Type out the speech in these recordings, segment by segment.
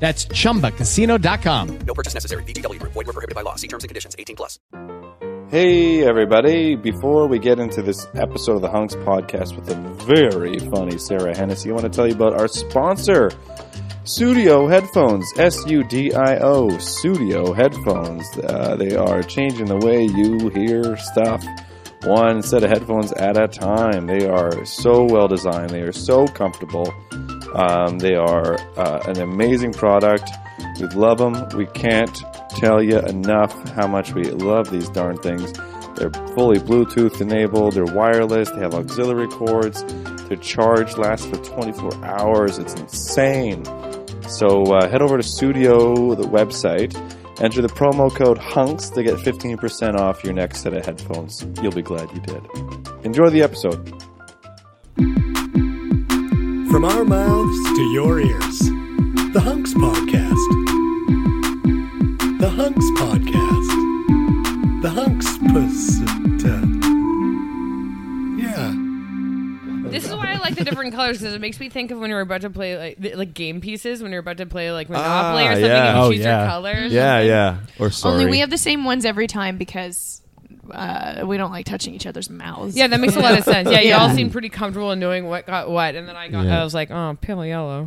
That's chumbacasino.com. No purchase necessary. VGW Group. Void were prohibited by law. See terms and conditions. 18 plus. Hey, everybody. Before we get into this episode of the Hunks podcast with the very funny Sarah Hennessy, I want to tell you about our sponsor, Studio Headphones. S U D I O, Studio Headphones. Uh, they are changing the way you hear stuff one set of headphones at a time. They are so well designed, they are so comfortable. Um, they are uh, an amazing product. We love them. We can't tell you enough how much we love these darn things. They're fully Bluetooth enabled, they're wireless, they have auxiliary cords, their charge lasts for 24 hours. It's insane. So uh, head over to Studio, the website, enter the promo code HUNKS to get 15% off your next set of headphones. You'll be glad you did. Enjoy the episode. From our mouths to your ears, the Hunks Podcast. The Hunks Podcast. The Hunks Pusita. Yeah. This is why I like the different colors because it makes me think of when we were about to play like th- like game pieces when we were about to play like Monopoly Ah, or something yeah. and you Oh, choose yeah. your colors. Yeah, yeah. Or sorry. Only we have the same ones every time because uh, we don't like touching each other's mouths. Yeah, that makes a lot of sense. Yeah, you Yeah. all seem pretty comfortable in knowing what got what, and then I got I was like, oh, pale yellow.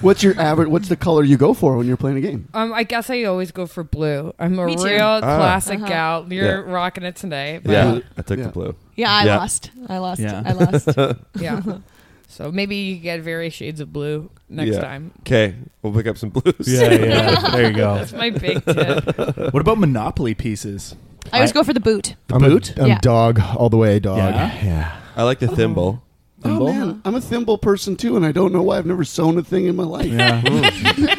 What's your average? What's the color you go for when you're playing a game? um, I guess I always go for blue. I'm a real Me too. classic Uh-huh. gal. You're Yeah. rocking it today. but- yeah, I took Yeah. the blue. Yeah, I Yeah. lost. I lost. Yeah. I lost. yeah. So maybe you get various shades of blue next Yeah. time. Okay, we'll pick up some blues. yeah. there you go. That's my big tip. What about Monopoly pieces? I always go for the boot. The boot? Um, Yeah. dog all the way dog Yeah? I like the thimble. Thimble? oh man i'm a thimble person too and i don't know why i've never sewn a thing in my life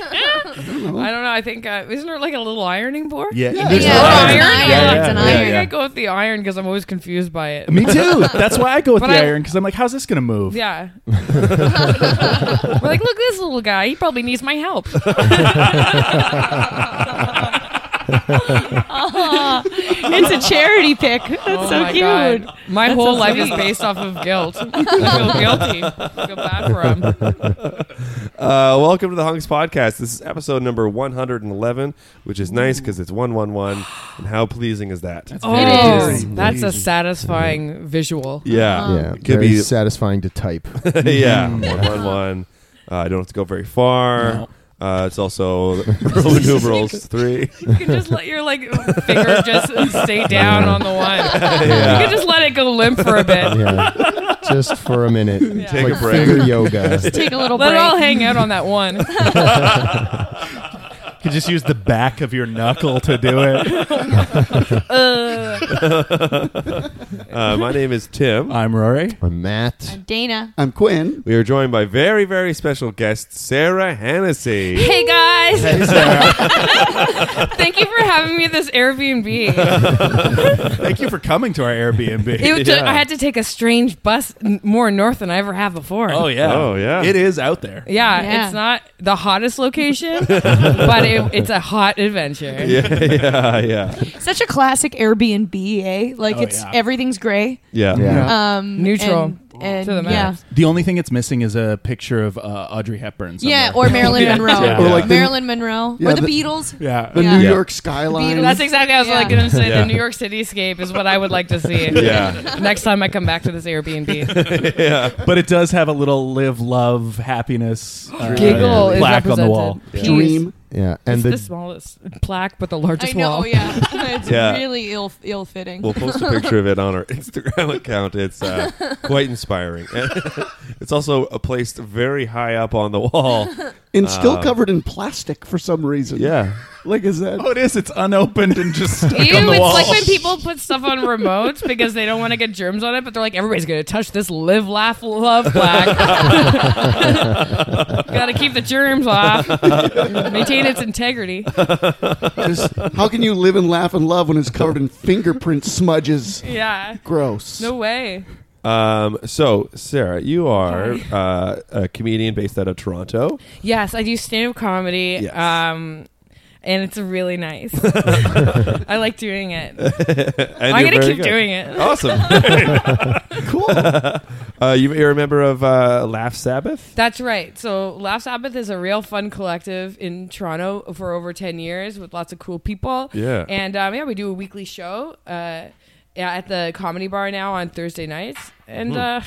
I don't know. I think uh, isn't there like a little ironing board? Yeah. Yeah, There's- it's an iron. iron. Yeah, It's an yeah, I iron. think I go with the iron because I'm always confused by it. Me too. That's why I go with But the I- iron because I'm like, how's this gonna move? Yeah. We're like, look, this little guy. He probably needs my help. Aw, it's a charity pick. That's Oh so my cute. God. My whole life is based off of guilt. I feel guilty. I feel bad for him. Uh, welcome to the Hunks Podcast. This is episode number 111, which is nice because it's 111. And how pleasing is that? Oh, Amazing. that's a satisfying visual. yeah. yeah Could very be- satisfying to type Mm-hmm. yeah. 111. Uh, I don't have to go very far. Uh, it's also Roman numerals three. You can just let your like finger just stay down on the one. You can just let it go limp for a bit. yeah just for a minute Take like a break. finger yoga Take a little Let it break. all hang out on that one. You could just use the back of your knuckle to do it. Uh, Uh, my name is Tim. I'm Rory. i'm matt Dana. i'm quinn We are joined by very, very special guest, Sarah Hennessy. hey guys. Thank you for having me at this Airbnb. Thank you for coming to our Airbnb. It was just- I had to take a strange bus n- more north than I ever have before. oh yeah. Oh, yeah. It is out there. Yeah, Yeah. it's not the hottest location, but it, it's a hot adventure. Yeah, yeah, yeah, Such a classic Airbnb, eh? Like Oh, it's yeah. everything's gray. yeah, yeah Um, Neutral. and- and- To the yeah, max. The only thing it's missing is a picture of uh, Audrey Hepburn. Somewhere. yeah, or Marilyn Monroe, Yeah. Or like the- Marilyn Monroe, Yeah, or the, the- Beatles. yeah. the Yeah. new Yeah. york skyline Beatles. That's exactly what I was like Yeah. going to say. Yeah. The New York Cityscape is what I would like to see yeah. next time I come back to this Airbnb. But it does have a little live, love, happiness uh, Giggle is plaque on the represented. wall. Peace. dream Yeah, and It's the, the, smallest plaque, but the largest I know, wall. yeah. It's Yeah. really ill ill fitting. We'll post a picture of it on our Instagram account. It's uh, quite inspiring. it's also uh, placed very high up on the wall, and still Uh, covered in plastic for some reason. Yeah. like is that? Oh, it is. It's unopened and just stuck Ew, on the it's wall. like when people put stuff on remotes because they don't want to get germs on it, but they're like, everybody's going to touch this live, laugh, love plaque. Got to keep the germs off, maintain its integrity. Just- how can you live and laugh and love when it's covered in fingerprint smudges? Yeah. Gross. No way. Um, so, Sarah, you are uh, a comedian based out of Toronto. Yes, I do stand up comedy. Yes. Um, and it's really nice. I like doing it. I'm you're going to very keep good. Oh. doing it. Awesome. cool. Uh, you, you're a member of uh, Laugh Sabbath? That's right. So Laugh Sabbath is a real fun collective in Toronto for over ten years with lots of cool people. Yeah. and um, yeah, we do a weekly show uh, yeah, at the Comedy Bar now on Thursday nights, and Mhm. uh,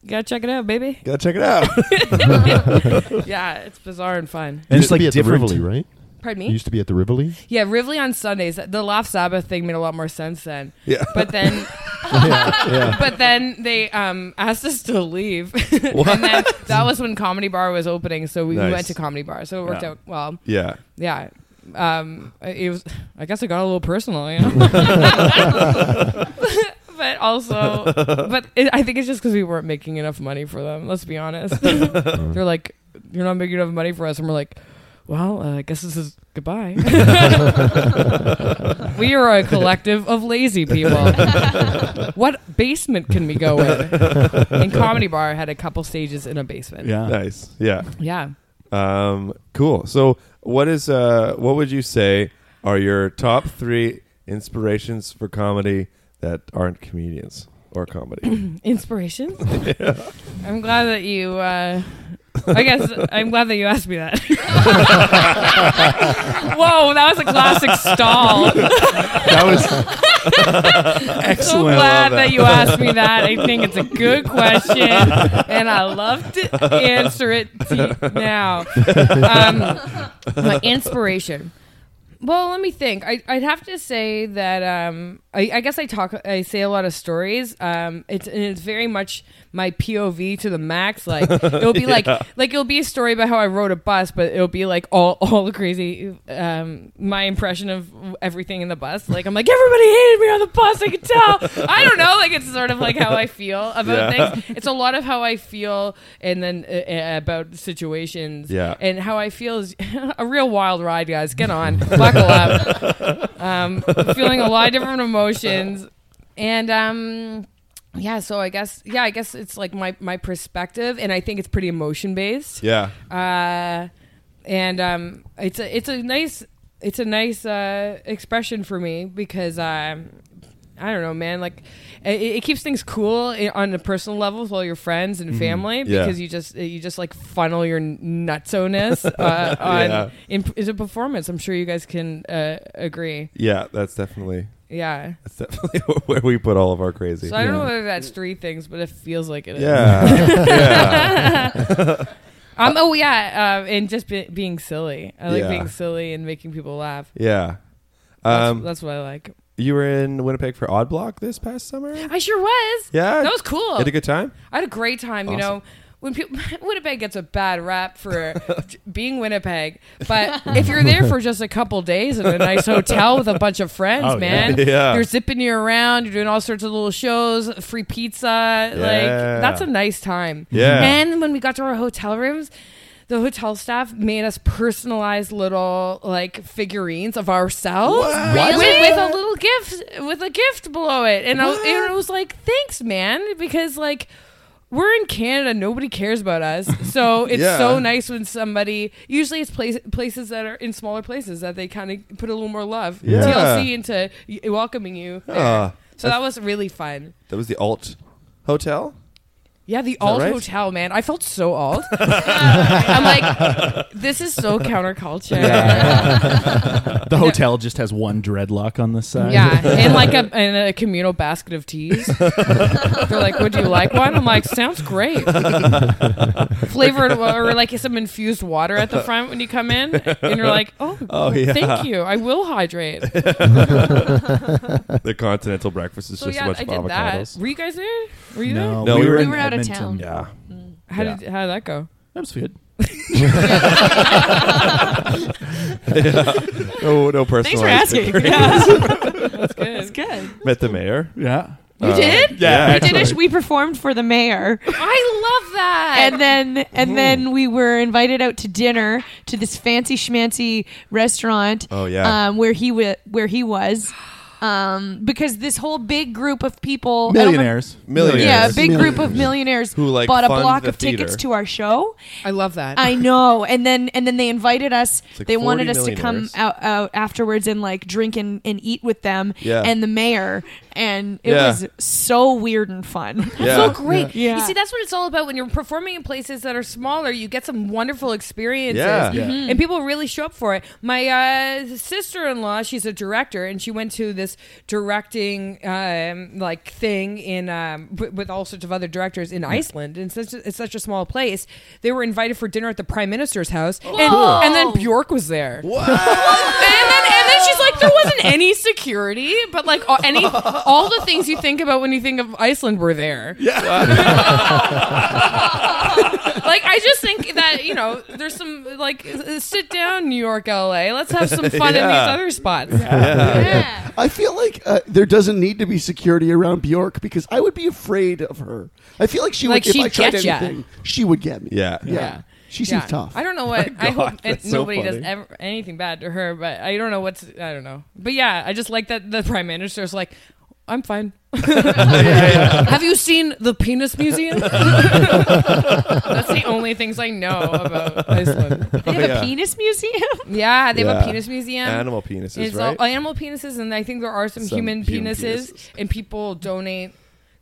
you gotta check it out, baby. Gotta check it out. yeah, it's bizarre and fun. And it's, Used to like, be at different- the Rivoli, right? Pardon me? You used to be at the Rivoli. Yeah, Rivoli on Sundays. The Laugh Sabbath thing made a lot more sense then. Yeah. But then Yeah, yeah. But then they um asked us to leave. and then that was when Comedy Bar was opening, so we, we Nice. went to Comedy Bar. So it worked Yeah. out well. Yeah. Yeah. Um it was I guess it got a little personal, you know. But also, but it, I think it's just because we weren't making enough money for them. Let's be honest. They're like, "You're not making enough money for us," and we're like, "Well, uh, I guess this is goodbye." we are a collective of lazy people. what basement can we go in? And Comedy Bar had a couple stages in a basement. Nice. Yeah. Yeah. Um, cool. So, what is uh, what would you say are your top three inspirations for comedy that aren't comedians or comedy? Inspiration. I'm glad that you. Uh, I guess I'm glad that you asked me that. Whoa, that was a classic stall. That was So excellent. glad that. you asked me that. I think it's a good question, and I love to answer it to now. Um, my inspiration. Well, let me think. I, I'd have to say that um, I, I guess I talk, I say a lot of stories. Um, it's and it's very much my POV to the max. Like it'll be like Yeah. like it'll be a story about how I rode a bus, but it'll be like all all the crazy um, my impression of everything in the bus. Like I'm like everybody hated me on the bus. I could tell. I don't know. Like it's sort of like how I feel about Yeah. things. It's a lot of how I feel, and then uh, uh, about situations. Yeah. And how I feel is a real wild ride, guys. Get on, buckle up. Um, feeling a lot of different emotions, and um, yeah. So I guess yeah, I guess it's like my my perspective, and I think it's pretty emotion based. Yeah. Uh, and um, it's a it's a nice it's a nice uh, expression for me because um, I don't know, man. Like it, it keeps things cool i- on a personal level with all your friends and Mhm. family Yeah. because you just you just like funnel your nutsowness uh, on Yeah. in, is a performance. I'm sure you guys can uh, agree. yeah, that's definitely Yeah. That's definitely where we put all of our crazy. So I don't know whether that's three things, but it feels like it is. Yeah. Yeah. um. Oh yeah. Um. And just be, being silly. I like Yeah. being silly and making people laugh. Yeah. That's- Um, that's what I like. You were in Winnipeg for Odd Block this past summer? I sure was. Yeah? That was cool. Had a good time? I had a great time. You know, when people Winnipeg gets a bad rap for being Winnipeg, but if you're there for just a couple days in a nice hotel with a bunch of friends, Oh, yeah. man, Yeah. you're zipping you around. You're doing all sorts of little shows, free pizza. Yeah. Like that's a nice time. Yeah. And when we got to our hotel rooms. The hotel staff made us personalized little like figurines of ourselves What? What? With, with a little gift with a gift below it, and I, What? and I was like, "Thanks, man," because like we're in Canada, nobody cares about us, so it's Yeah. so nice when somebody. Usually, it's place, places that are in smaller places that they kind of put a little more love, Yeah. TLC into y- welcoming you. there. Ah. so that was really fun. That was the Alt Hotel? Yeah, the that alt right? hotel, man. I felt so alt. I'm like, this is so counterculture. Yeah. The hotel just has one dreadlock on the side. Yeah, and like a, and a communal basket of teas. They're like, "Would you like one?" I'm like, "Sounds great." Flavored wa- or like some infused water at the front when you come in, and you're like, "Oh, Oh, yeah. thank you. I will hydrate." the continental breakfast is so just yeah, a bunch I of did avocados. that. Were you guys there? Were you No, there? No, we we were were in we were out of town. Yeah. How did how did that go? That was good. Yeah. No, no personal. Thanks for asking. Yeah. That's good. That's good. Met the mayor. Uh, Yeah. You uh, did? Yeah. we did actually. it. We performed for the mayor. I love that. And then and then we were invited out to dinner to this fancy schmancy restaurant. Oh, yeah. um, where he wa- where he was. Um, because this whole big group of people, Millionaires. I don't rem- Millionaires. yeah, a big group of Millionaires. millionaires Who, like, bought a fund block the of tickets theater. to our show. I love that. I know, and then and then they invited us. like they wanted 40 us to come millionaires. out, out afterwards and like drink and, and eat with them. Yeah. and the mayor, and it Yeah. was so weird and fun. Yeah. So Great. Yeah. You see, that's what it's all about. When you're performing in places that are smaller, you get some wonderful experiences. Mm-hmm. Yeah. Yeah. And people really show up for it. My uh, sister in law, she's a director, and she went to this directing um, like thing in um, w- with all sorts of other directors in Iceland. And such a, it's such a small place. They were invited for dinner at the prime minister's house. And, Cool. and then Bjork was there. and then and then she's like, there wasn't any security, but like all, any all the things you think about when you think of Iceland were there. like I just think that you know, there's some like uh, sit down, New York, L.A. Let's have some fun in Yeah. these other spots. I feel like uh, there doesn't need to be security around Bjork because I would be afraid of her. I feel like she Like would. she'd If I tried get ya. anything, she would get me. Yeah. yeah. She Yeah. seems tough. I don't know what. I God, hope it, that's so nobody does funny. ever, anything bad to her, but I don't know what's. I don't know. But yeah, I just like that the prime minister's like, I'm fine. Have you seen the penis museum? That's the only things I know about Iceland. They have Oh, yeah. a penis museum. Yeah, they have Yeah. a penis museum. Animal penises, It's right? all animal penises, and I think there are some, Some human, human penises, and people donate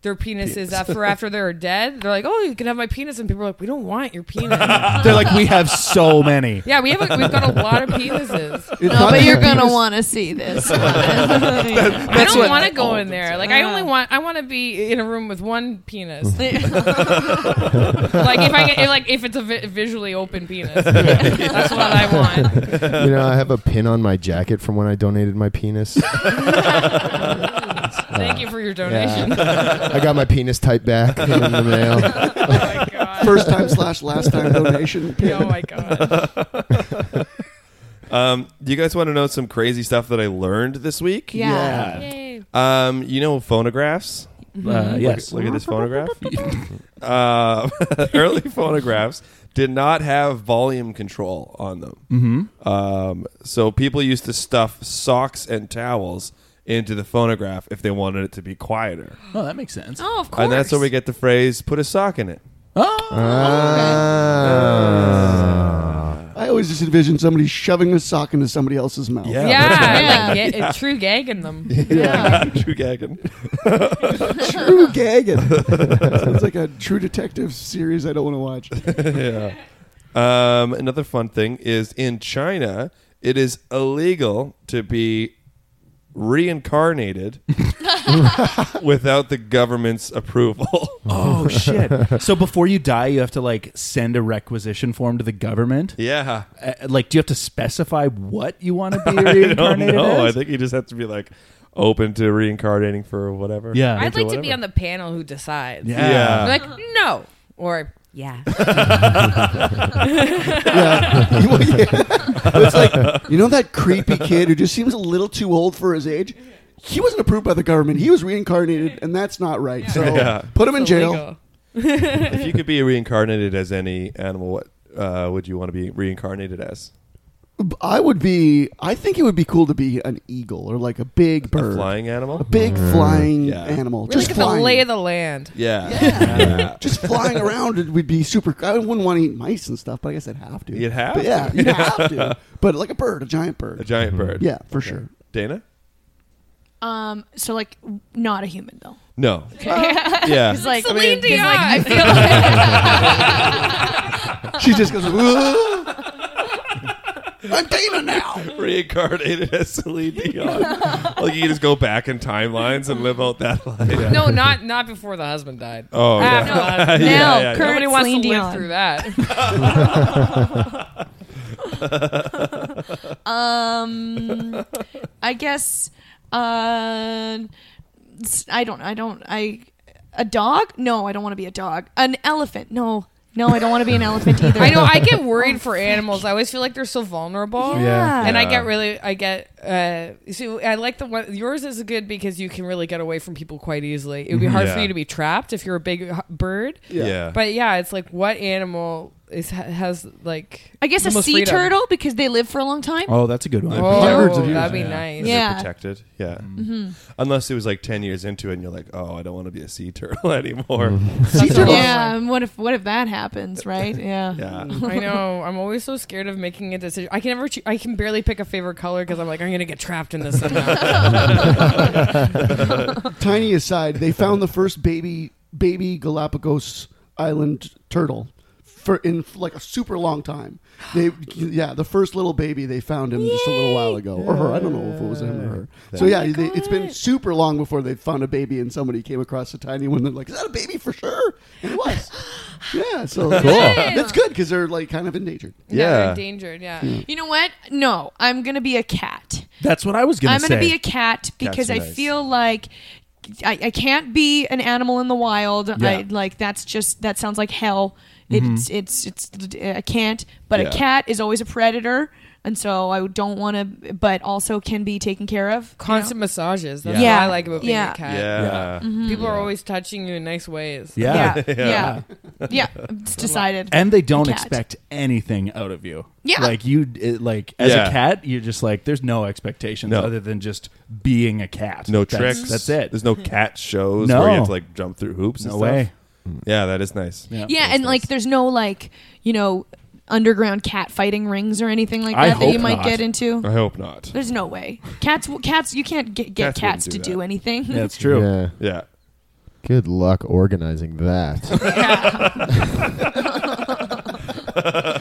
their penises Penis. after after they're dead. They're like, "Oh, you can have my penis," and people are like, "We don't want your penis." They're like, we have so many. Yeah, we have a, we've got a lot of penises. It's No, not but that you're your gonna penis- want to see this. I that's don't what- want to go in there. Like I Ah. only want I want to be in a room with one penis. like if I can, if, like if it's a vi- visually open penis, that's what I want. you know, I have a pin on my jacket from when I donated my penis. Thank you for your donation. Yeah. I got my penis type back in the mail. First time slash last time donation. Oh my god. Um, do you guys want to know some crazy stuff that I learned this week? Yeah. Yeah. Yay. Um, you know phonographs? Mhm. Uh, Look- yes. Look, at this phonograph. uh, early phonographs did not have volume control on them. Mhm. Um, so people used to stuff socks and towels into the phonograph if they wanted it to be quieter. Oh, that makes sense. Oh, of And that's where we get the phrase "put a sock in it." I always just envision somebody shoving a sock into somebody else's mouth. Yeah, like get, a true gag in them. Yeah. True gagging. True gagging. Sounds like a True Detective series I don't want to watch. yeah. Um, another fun thing is in China, it is illegal to be reincarnated without the government's approval. Oh shit! So before you die, you have to like send a requisition form to the government. Yeah. Uh, like, do you have to specify what you want to be I reincarnated don't know. as? I think you just have to be like open to reincarnating for whatever. Yeah. I'd like to be on the panel who decides. Yeah. Yeah. Like no or yeah. yeah. Well, yeah. It's like, you know that creepy kid who just seems a little too old for his age? He wasn't approved by the government. He was reincarnated, and that's not right. So Yeah. put him in It's jail. illegal. if you could be reincarnated as any animal, what uh, would you want to be reincarnated as? I would be. I think it would be cool to be an eagle or like a big bird, flying Oh, animal? a big Mm. flying Yeah. animal. Really just get the flying. lay of the land. Yeah. just flying around it would be super. I wouldn't want to eat mice and stuff, but I guess I'd have to. You'd have But to. yeah, you'd have to. But like a bird, a giant bird, A giant bird. Yeah, for Okay. sure. Dana? Um, so like, w- not a human though. No. yeah, yeah. he's like, Celine weird- 'cause, like, Dion. I feel like She just goes. "Whoa." I'm Dana now. Reincarnated as Celine Dion. like you can just go back in timelines and live out that life. No, not not before the husband died. Oh, yeah. After the husband died. Yeah, Now, yeah, yeah. Nobody current wants Celine to live Dion. through that. um, I guess. Uh, s- I don't. I don't. I a dog? No, I don't want to be a dog. An elephant? No, no, I don't want to be an elephant either. Oh, I know. I get worried for animals. I always feel like they're so vulnerable. Yeah. And I Yeah. get really, I get. Uh, you see, I like the one. Yours is good because you can really get away from people quite easily. It would be Mhm. hard for Yeah. you to be trapped if you're a big h- bird. Yeah. Yeah. But yeah, it's like what animal is ha- has like? I guess the a most sea freedom? turtle because they live for a long time. Oh, that's a good one. Oh, Hundreds of years. that'd be Yeah. nice. And they're Yeah. protected. Yeah. Mm-hmm. Mhm. Mm-hmm. Unless it was like 10 years into it and you're like, oh, I don't want to be a sea turtle anymore. Mm-hmm. Sea turtle. Yeah. and What if What if that happens? Right? Yeah. Yeah. I know. I'm always so scared of making a decision. I can never. Cho- I can barely pick a favorite color because I'm like, I'm gonna get trapped in this. somehow. Tiny aside, they found the first baby baby Galapagos Island turtle for in like a super long time. They yeah, the first little baby they found him just a little while ago or her. I don't know if it was him or her. So Oh yeah, they, it's been super long before they found a baby and somebody came across a tiny one. They're like, is that a baby for sure? And it was. yeah, so Cool. that's good because they're like kind of endangered. Yeah. endangered. Yeah. You know what? No, I'm gonna be a cat. That's what I was gonna I'm gonna say. be a cat because Cats are I nice. feel like I, I can't be an animal in the wild. Yeah. I like that's just that sounds like hell. It's, Mhm. it's it's I can't. But Yeah. a cat is always a predator, and so I don't want to. But also can be taken care of. Constant massages. That's Yeah. what I like about being Yeah. a cat. Yeah. Yeah. Mhm. People are always touching you in nice ways. Yeah. Yeah. Yeah. Yeah. It's decided. And they don't Cat. expect anything out of you. Yeah. Like you it, like as Yeah. a cat, you're just like there's no expectations No. other than just being a cat. No That's- tricks. That's it. There's no Mm-hmm. cat shows No. where you have to like jump through hoops and No stuff. way. Yeah, that is nice. Yeah, and like there's no like you know underground cat fighting rings or anything like I that that hope you might not. get into. I hope not. There's no way. Cats, w- cats, you can't get, get Cats wouldn't cats do to that. do anything. Yeah. Yeah. Good luck organizing that.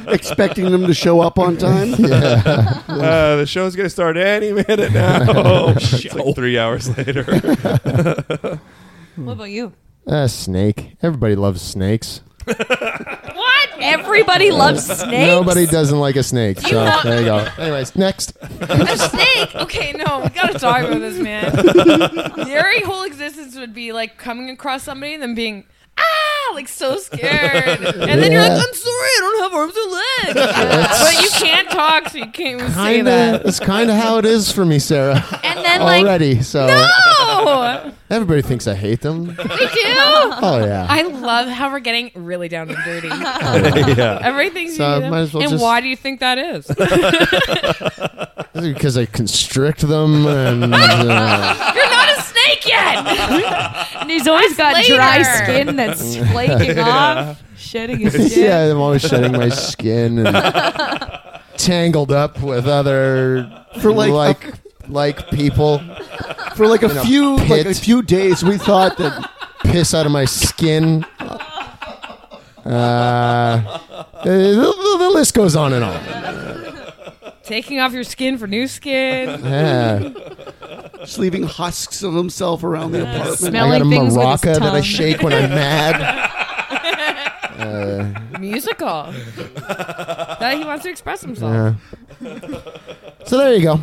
Expecting them to show up on time. Yeah. Uh, the show's gonna start any minute now. it's like three hours later. What about you? Uh, snake. Everybody loves snakes. What? Everybody loves snakes. Nobody doesn't like a snake. So there you go. Anyways, next. A snake. Okay, no, we gotta talk about this, man. Your whole existence would be like coming across somebody and then being ah, like so scared, and then you're Yeah. like, I'm sorry, I don't have arms or legs, but you can't talk, so you can't even say Kinda, that. that's kind of how it is for me, Sarah. And then, like, already, so No, everybody thinks I hate them. they do. Oh, yeah. I love how we're getting really down and dirty. Yeah. Everything's So, you know, might as well and just- why do you think that is? because I constrict them and uh, You're not a snake yet. And he's always got That's dry later. skin that's flaking Yeah. off, shedding his skin. yeah, I'm always shedding my skin and tangled up with other For like a- like like people for like In a a few like a pit. few days we thought that piss out of my skin. Uh, the, the- the list goes on and on. Taking off your skin for new skin. Yeah. just leaving husks of himself around the apartment I got a maraca that Um. I shake when I'm mad. Uh, Musical. that he wants to express himself. yeah. So there you go.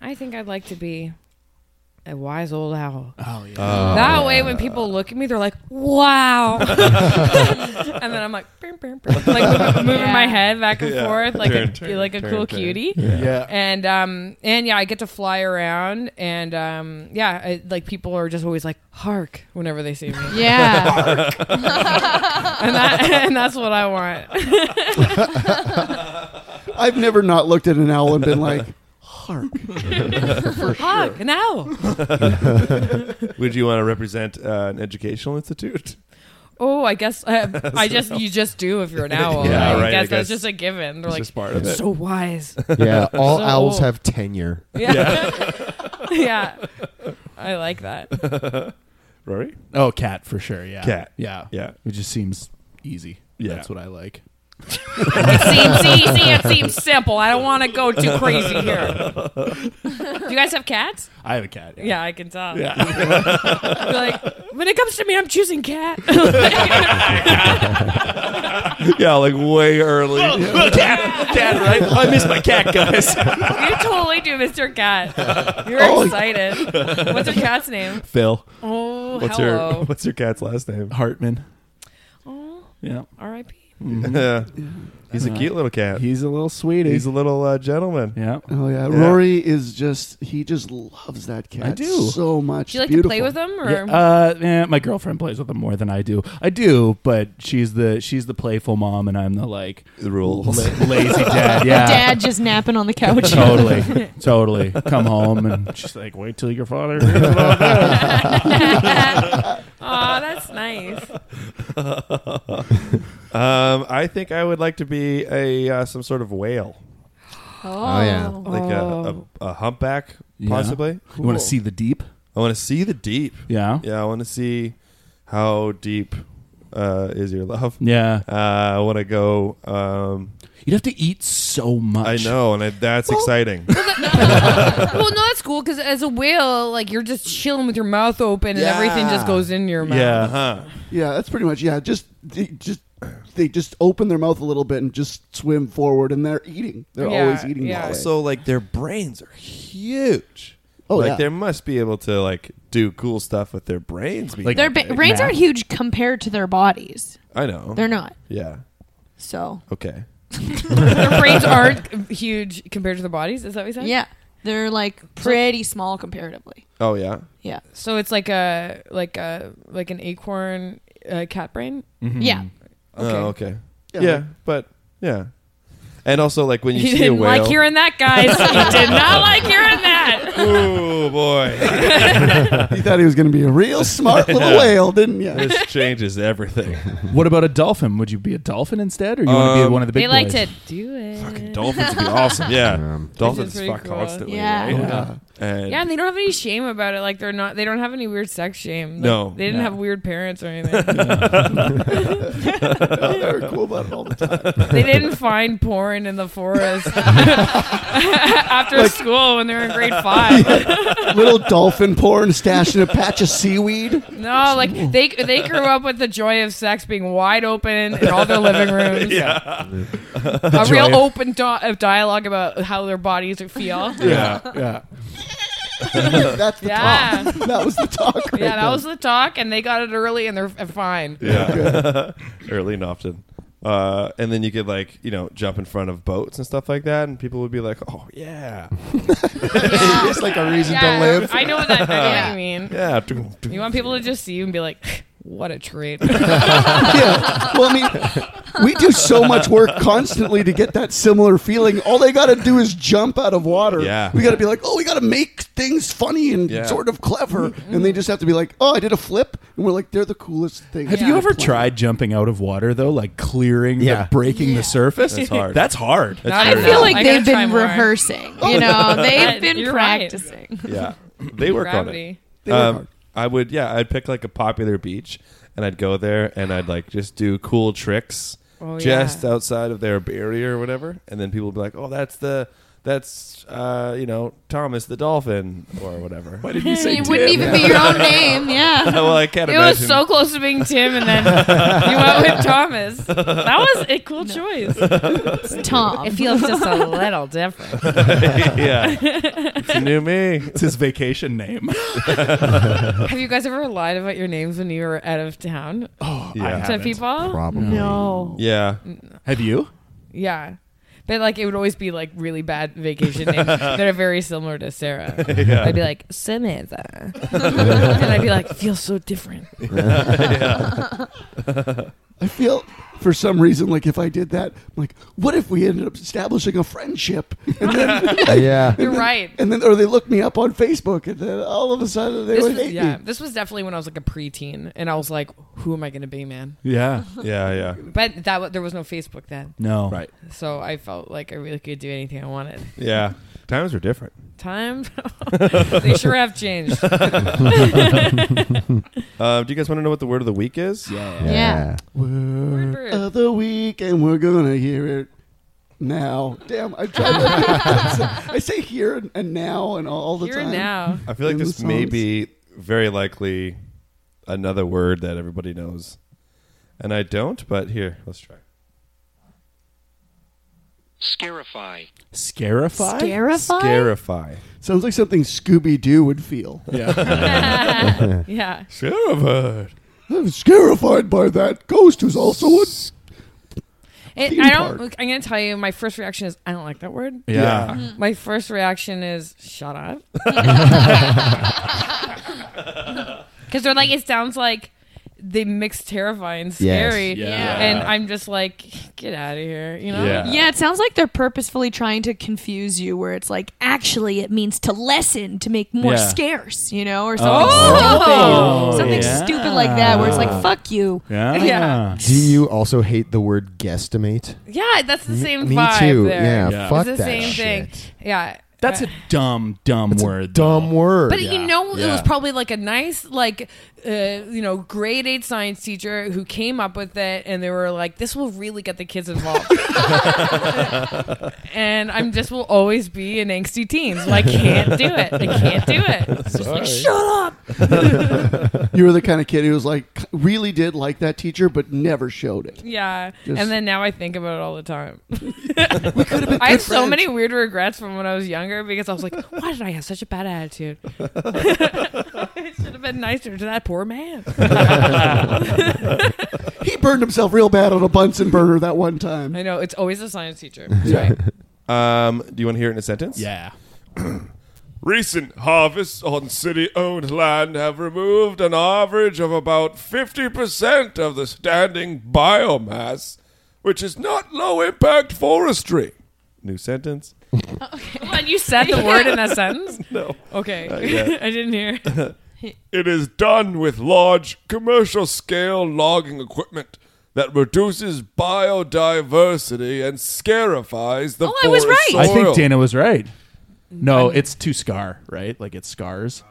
I think I'd like to be a wise old owl. Oh yeah. Oh, that yeah. way, when people look at me, they're like, "Wow," and then I'm like, "Brum, brum, brum," like moving my head back and Yeah. forth, like a Turn, turn, like a turn, cool turn. cutie. Yeah. Yeah. And um and yeah, I get to fly around, and um yeah, I, like people are just always like, "Hark!" whenever they see me. Yeah. Hark. and that and that's what I want. I've never not looked at an owl and been like hark For Hark, sure. an owl. Would you want to represent uh, an educational institute? Oh, I guess uh, I just you just do if you're an owl. Yeah, I right, I guess guess that's just a given. They're it's like just part of it. so wise. Yeah, all So owls old. have tenure. Yeah. Yeah. I like that. Rory? Oh, cat for sure, yeah. Cat. Yeah. Yeah. It just seems easy. Yeah. That's what I like. it seems easy. It seems simple. I don't want to go too crazy here. Do you guys have cats? I have a cat. Yeah, Yeah. I can tell. Yeah. You're like when it comes to me, I'm choosing cat. yeah, like way early. cat, cat, right? I miss my cat, guys. you totally do, Mr. Cat. You're Oh, excited. What's your cat's name? Phil. Oh, what's hello. your What's your cat's last name? Hartman. Oh, Yeah. R.I.P. Yeah. He's a Uh, cute little cat. He's a little sweetie. He's a little uh, gentleman. Yeah. Oh yeah. Yeah. Rory is just he just loves that cat. I do. so much. Do you like Beautiful. to play with them, or Yeah, uh, eh, my girlfriend plays with him more than I do. I do, but she's the she's the playful mom, and I'm the like the rules lazy dad. Yeah, Dad just napping on the couch. totally, totally. Come home and she's like, "Wait till your father." hears about oh, that." that's nice. um, I think I would like to be a uh, some sort of whale, Oh, yeah. like Oh. a, a, a humpback, Yeah. possibly. You want to see the deep? I want to see the deep. Yeah. yeah. I want to see how deep uh, is your love. Yeah. uh, I want to go. Um, You'd have to eat so much. I know, and I, that's exciting. well, no, that's cool because as a whale, like you're just chilling with your mouth open and everything just goes in your mouth. Yeah, Uh-huh. huh? Yeah, that's pretty much yeah. Just they just they just open their mouth a little bit and just swim forward, and they're eating. They're Yeah, always eating. yeah. that way. Also, like their brains are huge. Oh, like yeah. they must be able to like do cool stuff with their brains. being their that ba- big. brains aren't huge compared to their bodies. I know They're not. Yeah. So Okay. their brains aren't huge compared to their bodies. Is that what you said? yeah, they're like pretty small comparatively. Oh yeah. Yeah. So it's like a like a like an acorn uh, cat brain. Hmm. Yeah. Okay. Oh, okay. Yeah, Yeah, like- but yeah, and also like when you He see didn't a whale. like hearing that, guys. he did not like hearing that. oh boy, he thought he was going to be a real smart little Yeah. whale, didn't you? this changes everything. What about a dolphin? Would you be a dolphin instead, or you want to be Um, one of the big They like boys? to do it. Dolphins would be awesome. Yeah, Which dolphins is pretty fuck cool. constantly. Yeah. right? Yeah. And Yeah, and they don't have any shame about it. Like they're not. They don't have any weird sex shame. Like, No. they didn't No. have weird parents or anything. they were cool about it all the time. They didn't find porn in the forest after Like- school when they were in grade five. little dolphin porn stashed in a patch of seaweed. No, like they they grew up with the joy of sex being wide open in all their living rooms. Yeah. a The real joy- open do- of dialogue about how their bodies feel. Yeah. yeah. That's the Yeah. talk. That was the talk. Right yeah, that there. was the talk, and they got it early, and they're f- fine. Yeah. Early and often. Uh, and then you could like you know jump in front of boats and stuff like that, and people would be like, "Oh yeah, it's like a reason Yeah, to live. I know what that. I know what Yeah. you mean. yeah." Doom, doom. You want people to just see you and be like, "What a treat!" yeah. Well, I mean, we do so much work constantly to get that similar feeling. All they got to do is jump out of water. Yeah. We got to be like, oh, we got to make things funny and Yeah. sort of clever. Mm-hmm. And they just have to be like, oh, I did a flip. And we're like, they're the coolest things. Have you ever tried jumping out of water though, like clearing, Yeah. the, breaking the surface? That's hard. That's hard. That's I very feel hard. like I gotta they've try been more. rehearsing. You know, they've been You're right. practicing. yeah, they work on it. Um, Gravity. They work hard. I would, yeah, I'd pick like a popular beach and I'd go there and I'd like just do cool tricks Oh, just yeah. outside of their barrier or whatever. And then people would be like, oh, that's the, that's, uh, you know, Thomas the dolphin or whatever. Why did you say It wouldn't Tim? even be your own name. Yeah. well, I can't It imagine. was so close to being Tim, and then you went with Thomas. That was a cool choice. It's Tom. It feels just a little different. yeah. It's a new me. It's his vacation name. Have you guys ever lied about your names when you were out of town Oh, Yeah. I to haven't. people? Probably. No. Yeah. Have you? Yeah. But like it would always be like really bad vacation names that are very similar to Sarah. Yeah. I'd be like Samantha, and I'd be like feels so different. I feel for some reason like if I did that, I'm like, what if we ended up establishing a friendship? And then, yeah. You're right. and then, or they look me up on Facebook, and then all of a sudden they This would was, hate yeah, me. this was definitely when I was like a preteen, and I was like, "Who am I going to be, man?" Yeah. Yeah, yeah. But that wa- there was no Facebook then, No. Right. so I felt like I really could do anything I wanted. Yeah. Times are different. Time? They sure have changed. uh, do you guys want to know what the word of the week is? Yeah. Yeah. Word of the week, and we're gonna hear it now. Damn, I tried. To, I say here and- and now and all the Here time. and now. I feel like In the this may songs. be very likely another word that everybody knows. And I don't, but here, let's try. Scarify. Scarify? Scarify? Scarify. Sounds like something Scooby Doo would feel. Yeah. yeah. Scarify. I'm scarified by that ghost who's also a. It, Theme I don't. park. I'm gonna tell you. My first reaction is I don't like that word. Yeah. Mm-hmm. Mhm. My first reaction is shut up. Because they're like, it sounds like they mix terrifying and Yes. scary, Yeah. and I'm just like, get out of here. You know? Yeah. it sounds like they're purposefully trying to confuse you, where it's like, actually, it means to lessen, to make more Yeah. scarce, you know, or Oh. something, Oh, something, something yeah. stupid like that, where it's like, fuck you. Do you also hate the word guesstimate? Yeah, that's the Me- same me vibe. too. There. Yeah, Yeah. fuck it's that the same thing. Yeah. That's a dumb, dumb word. Dumb word. But you know, it was probably like a nice, like, uh, you know, grade eight science teacher who came up with it, and they were like, "This will really get the kids involved." and I'm just will always be an angsty teen. So I can't do it. I can't do it. It's just like shut up. you were the kind of kid who was like, really did like that teacher, but never showed it. Yeah, Just- and then now I think about it all the time. been I have good so friends. many weird regrets from when I was younger because I was like, "Why did I have such a bad attitude? it should have been nicer to that poor man." he burned himself real bad on a Bunsen burner that one time. I know it's always a science teacher. Um, do you want to hear it in a sentence? Yeah. Recent harvests on city owned land have removed an average of about 50% of the standing biomass, which is not low impact forestry. New sentence. What you said the word in that sentence? No. Okay, Not yet. I didn't hear. it is done with large commercial scale logging equipment that reduces biodiversity and scarifies the Oh, I was forest I soil. think Dana was right. Mm, No, it's to scar, right? Like it scars.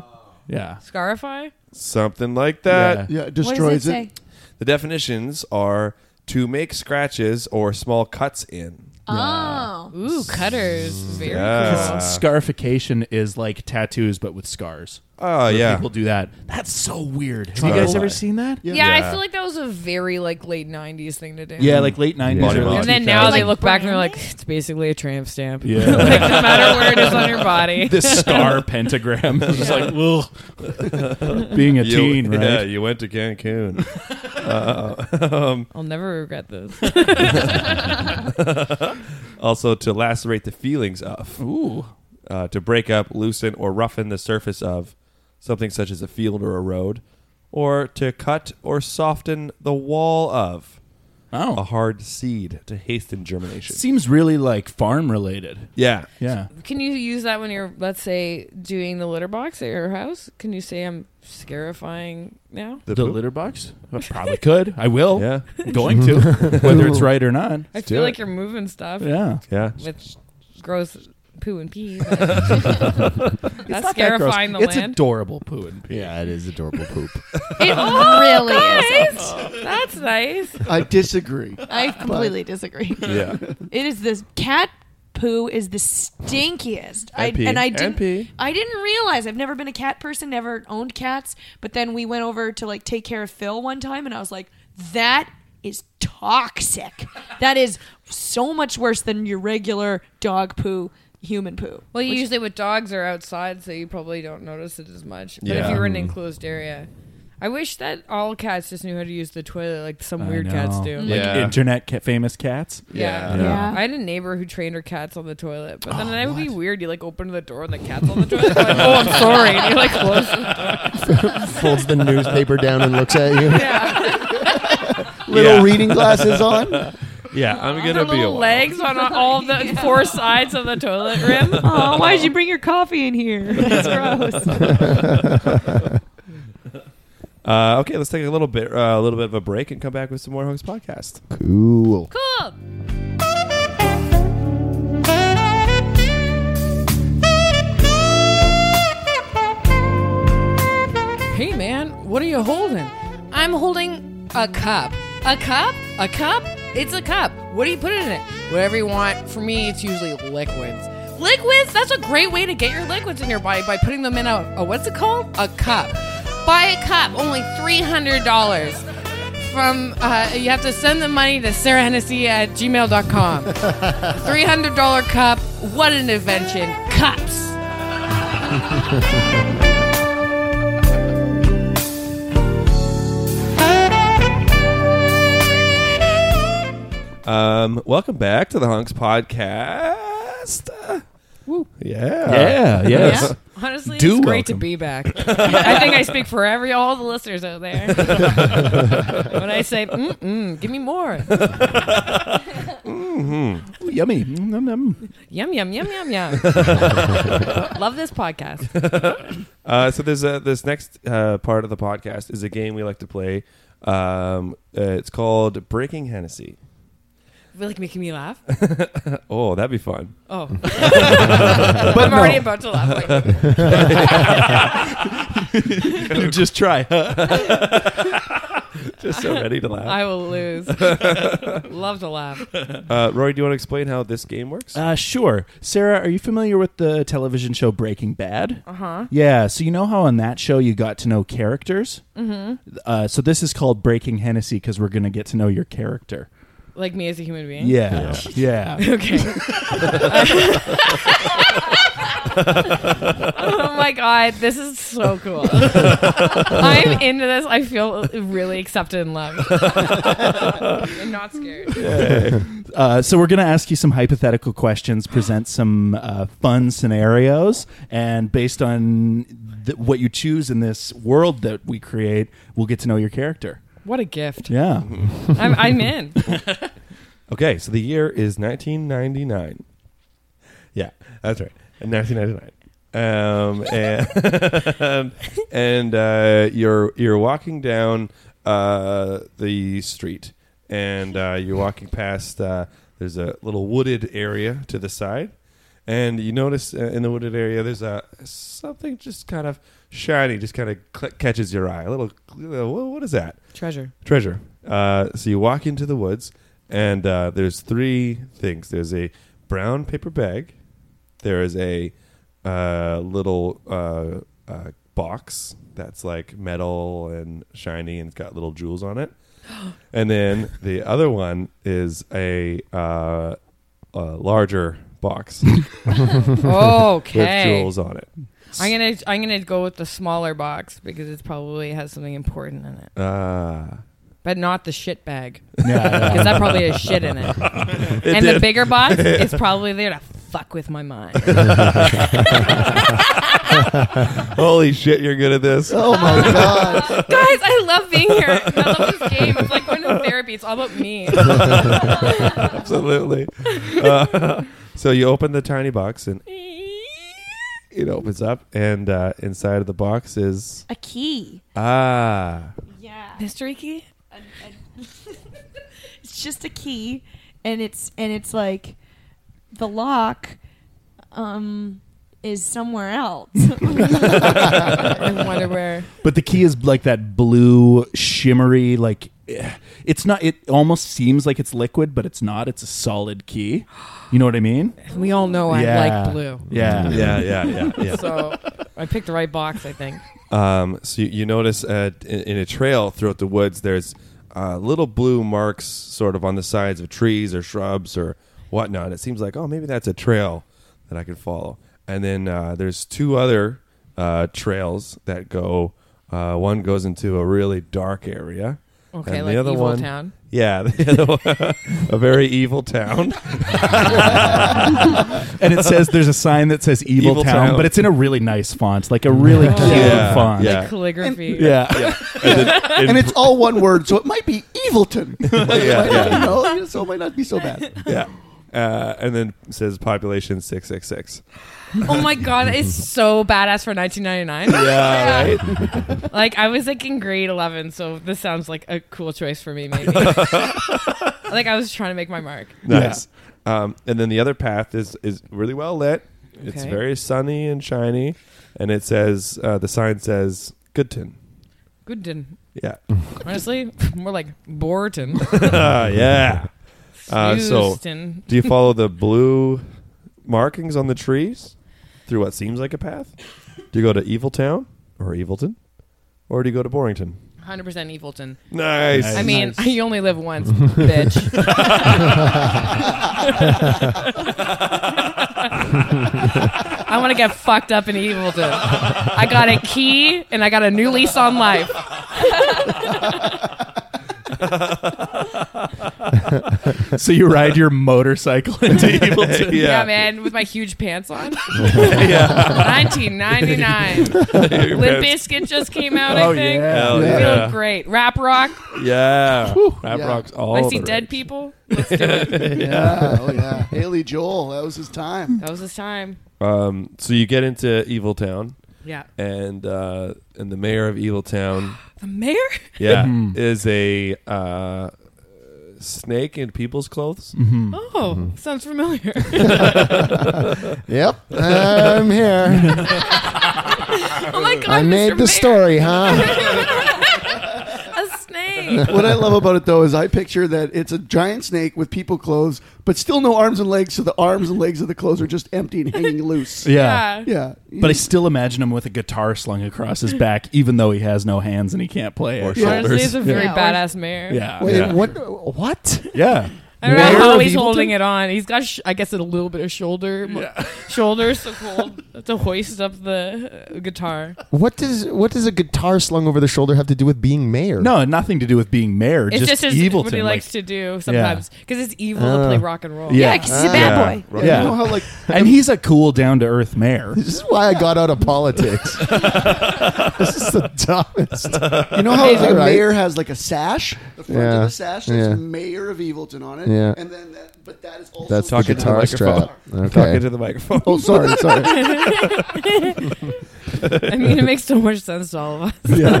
Oh. Yeah. Scarify. Something like that. Yeah, it What does destroys it it. say? The definitions are to make scratches or small cuts in. Oh, ooh, cutters. Very Yeah. cool. Scarification is like tattoos, but with scars. Oh, So yeah. People do that. That's so weird. Have you guys ever seen that? Yeah. I feel like that was a very like late '90s thing to do. Yeah, like late 90s, Body early mod. and then now they 2000s. look back and they're like, it's basically a tramp stamp. Yeah. like no matter where it is on your body, This scar pentagram. It's just like, ugh. Being a You- teen, right? Yeah, you went to Cancun. Uh, um, I'll never regret this. also, to lacerate the feelings of. Ooh. Uh, to break up, loosen, or roughen the surface of something such as a field or a road. Or to cut or soften the wall of. Oh. A hard seed to hasten germination. Seems really like farm related. Yeah. Yeah. Can you use that when you're, let's say, doing the litter box at your house? Can you say I'm scarifying now? The, litter box? I probably could. I will. Yeah. I'm going to, Mhm. whether it's right or not. I feel like you're moving stuff. Yeah. Yeah. With gross poo and pee. but- It's That's not that gross. scarifying the It's land. adorable poo and pee. Yeah, it is adorable poop. It Oh, really guys, is. That's nice. I disagree. I completely disagree. Yeah. It is this cat poo is the stinkiest. I, And pee. and I And didn't pee. I didn't realize I've never been a cat person, never owned cats, but then we went over to like take care of Phil one time and I was like, that is toxic. that is so much worse than your regular dog poo, human poo. Well, you Which- usually with dogs are outside, so you probably don't notice it as much. But if Yeah. you were in an Mm. enclosed area, I wish that all cats just knew how to use the toilet like some I weird know. cats do. Like Like, internet ca- famous cats. Mm, Yeah. I had a neighbor who trained her cats on the toilet, but Oh, then that would be weird. You like open the door and the cat's on the toilet. You're like, oh, I'm sorry. And you like close the door. Folds the newspaper down and looks at you. Little reading glasses on. Yeah, I'm The gonna be a little legs on all the four sides of the toilet rim. Oh, why did you bring your coffee in here? That's gross. Uh, okay, let's take a little bit, uh, a little bit of a break, and come back with some more Hunks podcast. Cool. Cool. What are you holding? I'm holding a cup. A cup? A cup? It's a cup. What do you put in it? Whatever you want. For me, it's usually liquids. Liquids? That's a great way to get your liquids in your body by putting them in a, a what's it called? A cup. Buy a cup. Only $300 from uh, you have to send the money to sarah hennessy at gmail.com $300 cup what an invention cups Um, welcome back to the Hunks podcast. Woo. Yeah. Yeah, yes. Honestly, Do it's great to welcome. be back. I think I speak for every all the listeners out there when I say, "Mm-mm, give me more." Mm-hmm. Ooh, yummy. Nom, nom. yum yum yum yum yum. Love this podcast. uh, so there's a, this next uh, part of the podcast is a game we like to play. Um, uh, it's called Breaking Hennessy. Really making me laugh. oh, that'd be fun. Oh. I'm already about to laugh. Uh, Wait. Just try. Just so ready to laugh. I will lose. Love to laugh. Uh, Rory, do you want to explain how this game works? Uh, sure. Sarah, are you familiar with the television show Breaking Bad? Uh-huh. Yeah. So you know how on that show you got to know characters. Mhm. Uh, so this is called Breaking Hennessy because we're gonna get to know your character. Like me as a human being. Yeah. Yeah. okay. oh my god, this is so cool. I'm into this. I feel really accepted and loved. and not scared. uh, so we're going to ask you some hypothetical questions, present some uh, fun scenarios, and based on th- what you choose in this world that we create, we'll get to know your character. What a gift. Yeah. I'm, I'm in. Okay, so the year is 1999. Yeah, that's right. 1999. Um, and and uh, you're you're walking down uh, the street, and uh, you're walking past. Uh, there's a little wooded area to the side, and you notice uh, in the wooded area there's a something just kind of shiny, just kind of cl- catches your eye. A little, little what is that? Treasure. Treasure. Uh, so you walk into the woods, and uh, there's three things. There's a brown paper bag. There is a uh, little uh, uh, box that's like metal and shiny, and it's got little jewels on it. and then the other one is a, uh, a larger box. okay. With jewels on it. I'm gonna I'm gonna go with the smaller box because it probably has something important in it, Ah. but not the shit bag. Yeah, yeah. because that probably has shit in it. It and the did. bigger box is probably there to fuck with my mind. Holy shit, you're good at this. Oh my God. Guys, I love being here. I love this game. It's like going to therapy. It's all about me. Absolutely. Uh, so you open the tiny box and it opens up, and uh, inside of the box is A key. Ah, Yeah. Mystery key? it's just a key and it's and it's like the lock um is somewhere else. I wonder where. But the key is like that blue, shimmery, like eh, it's not, it almost seems like it's liquid, but it's not. It's a solid key. You know what I mean? We all know I Yeah. like blue. Yeah. Yeah, yeah, yeah, yeah. So I picked the right box, I think. Um, so you, you notice uh, in, in a trail throughout the woods, there's uh, little blue marks sort of on the sides of trees or shrubs or whatnot. It seems like, oh, maybe that's a trail that I can follow. And then uh, there's two other uh, trails that go. Uh, one goes into a really dark area. Okay, and like the other Evil one, Town? Yeah, the other one, a very evil town. and it says there's a sign that says Evil, Evil Town, Town. but it's in a really nice font, like a really cute Yeah, font. yeah. Like calligraphy. And- yeah. And then- and, it's all one word, so it might be Evilton. yeah. You know, so it might not be so bad. yeah. Uh, and then it says population 666. Oh my God, it's so badass for 1999. Yeah, right? Like, I was like in grade 11, so this sounds like a cool choice for me, maybe. like, I was trying to make my mark. Nice. Um, and then the other path is is really well lit. It's Okay. very sunny and shiny, and it says uh, the sign says Goodton. Gooden. Yeah. Honestly, more like Borton. yeah. Uh, so, Houston. do you follow the blue markings on the trees through what seems like a path? Do you go to Evil Town or Evilton, or do you go to Borrington? 100% Evilton. Nice. I mean, Nice. you only live once, bitch. I want to get fucked up in Evilton. I got a key and I got a new lease on life. so you ride your motorcycle into Evilton. Yeah. man, with my huge pants on. Yeah. 1999. Your Lip pants. Biscuit just came out, Oh, I think. yeah. Hell They yeah. look great. Rap Rock. Yeah. Whew. Rap Yeah. rocks all I see the dead rage. people. yeah. Oh yeah. Haley Joel. That was his time. That was his time. Um, so you get into Evil Town. Yeah. And uh, and the mayor of Evil Town. The mayor? Yeah. Hmm. Mm-hmm. is a uh, snake in people's clothes. Mm-hmm. Mhm. Oh, sounds familiar. Yep, I'm here. oh my god! I made Mr. the story, huh? a snake. what I love about it though is I picture that it's a giant snake with people clothes, but still no arms and legs. So the arms and legs of the clothes are just empty and hanging loose. Yeah. yeah. But I still imagine him with a guitar slung across his back, even though he has no hands and he can't play it. Or Yeah. Honestly, it's a very badass mayor. Yeah. Wait, yeah. what- What? Yeah. I don't know Mayor how of he's Evilton? holding it on. He's got, sh- I guess, a little bit of shoulder, shoulders to hold to hoist up the uh, guitar. What does what does a guitar slung over the shoulder have to do with being mayor? No, nothing to do with being mayor. It's just, his, evil what he likes to do sometimes because it's evil to Uh, play rock and roll. Yeah. and he's a cool, down to earth mayor. This is why I got out of politics. this is the dumbest. You know how the All right. mayor has like a sash, the front Yeah. of the sash that's Yeah. Mayor of Evilton on it, Yeah. and then that, but that is also That's the a guitar strap. Okay. Talking to the microphone. Oh, sorry, sorry. I mean, it makes so much sense to all of us. Yeah.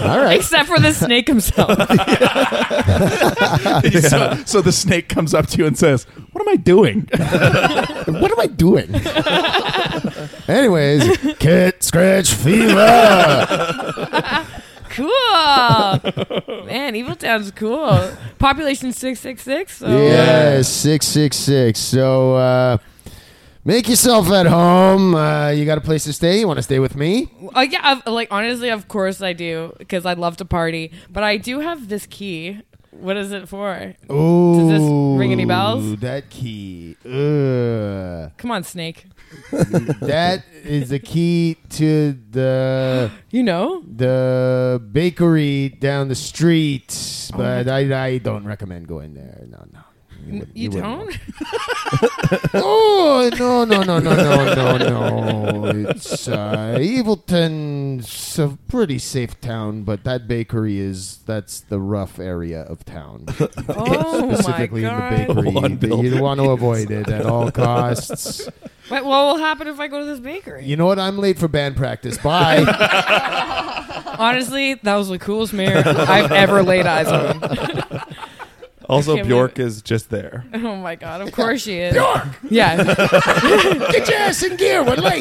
All right. Except for the snake himself. Yeah. So, so the snake comes up to you and says, "What am I doing? what am I doing?" Anyways, Kit Scratch Fever. cool. Man, Evil Town's cool. Population 666. So. Yeah, six six six. So uh, make yourself at home. Uh, you got a place to stay. You want to stay with me? Uh, yeah, I've, like honestly, of course I do because I love to party. But I do have this key. What is it for? Ooh, Does this ring any bells? That key. Ugh. Come on, snake. that is the key to the you know the bakery down the street but I, I don't recommend going there no no N- wouldn't- you wouldn't want- don't? oh no no no no no no no it's uh evilton's a pretty safe town but that bakery is that's the rough area of town Oh, my specifically in the God. bakery One you building. want to avoid it at all costs What, what will happen if I go to this bakery? you know what i'm late for band practice bye Honestly, that was the coolest mayor I've ever laid eyes on. I Also, can't Bjork is just there. oh my god! Of course she is. Bjork! Yeah. Get your ass in gear. We're late.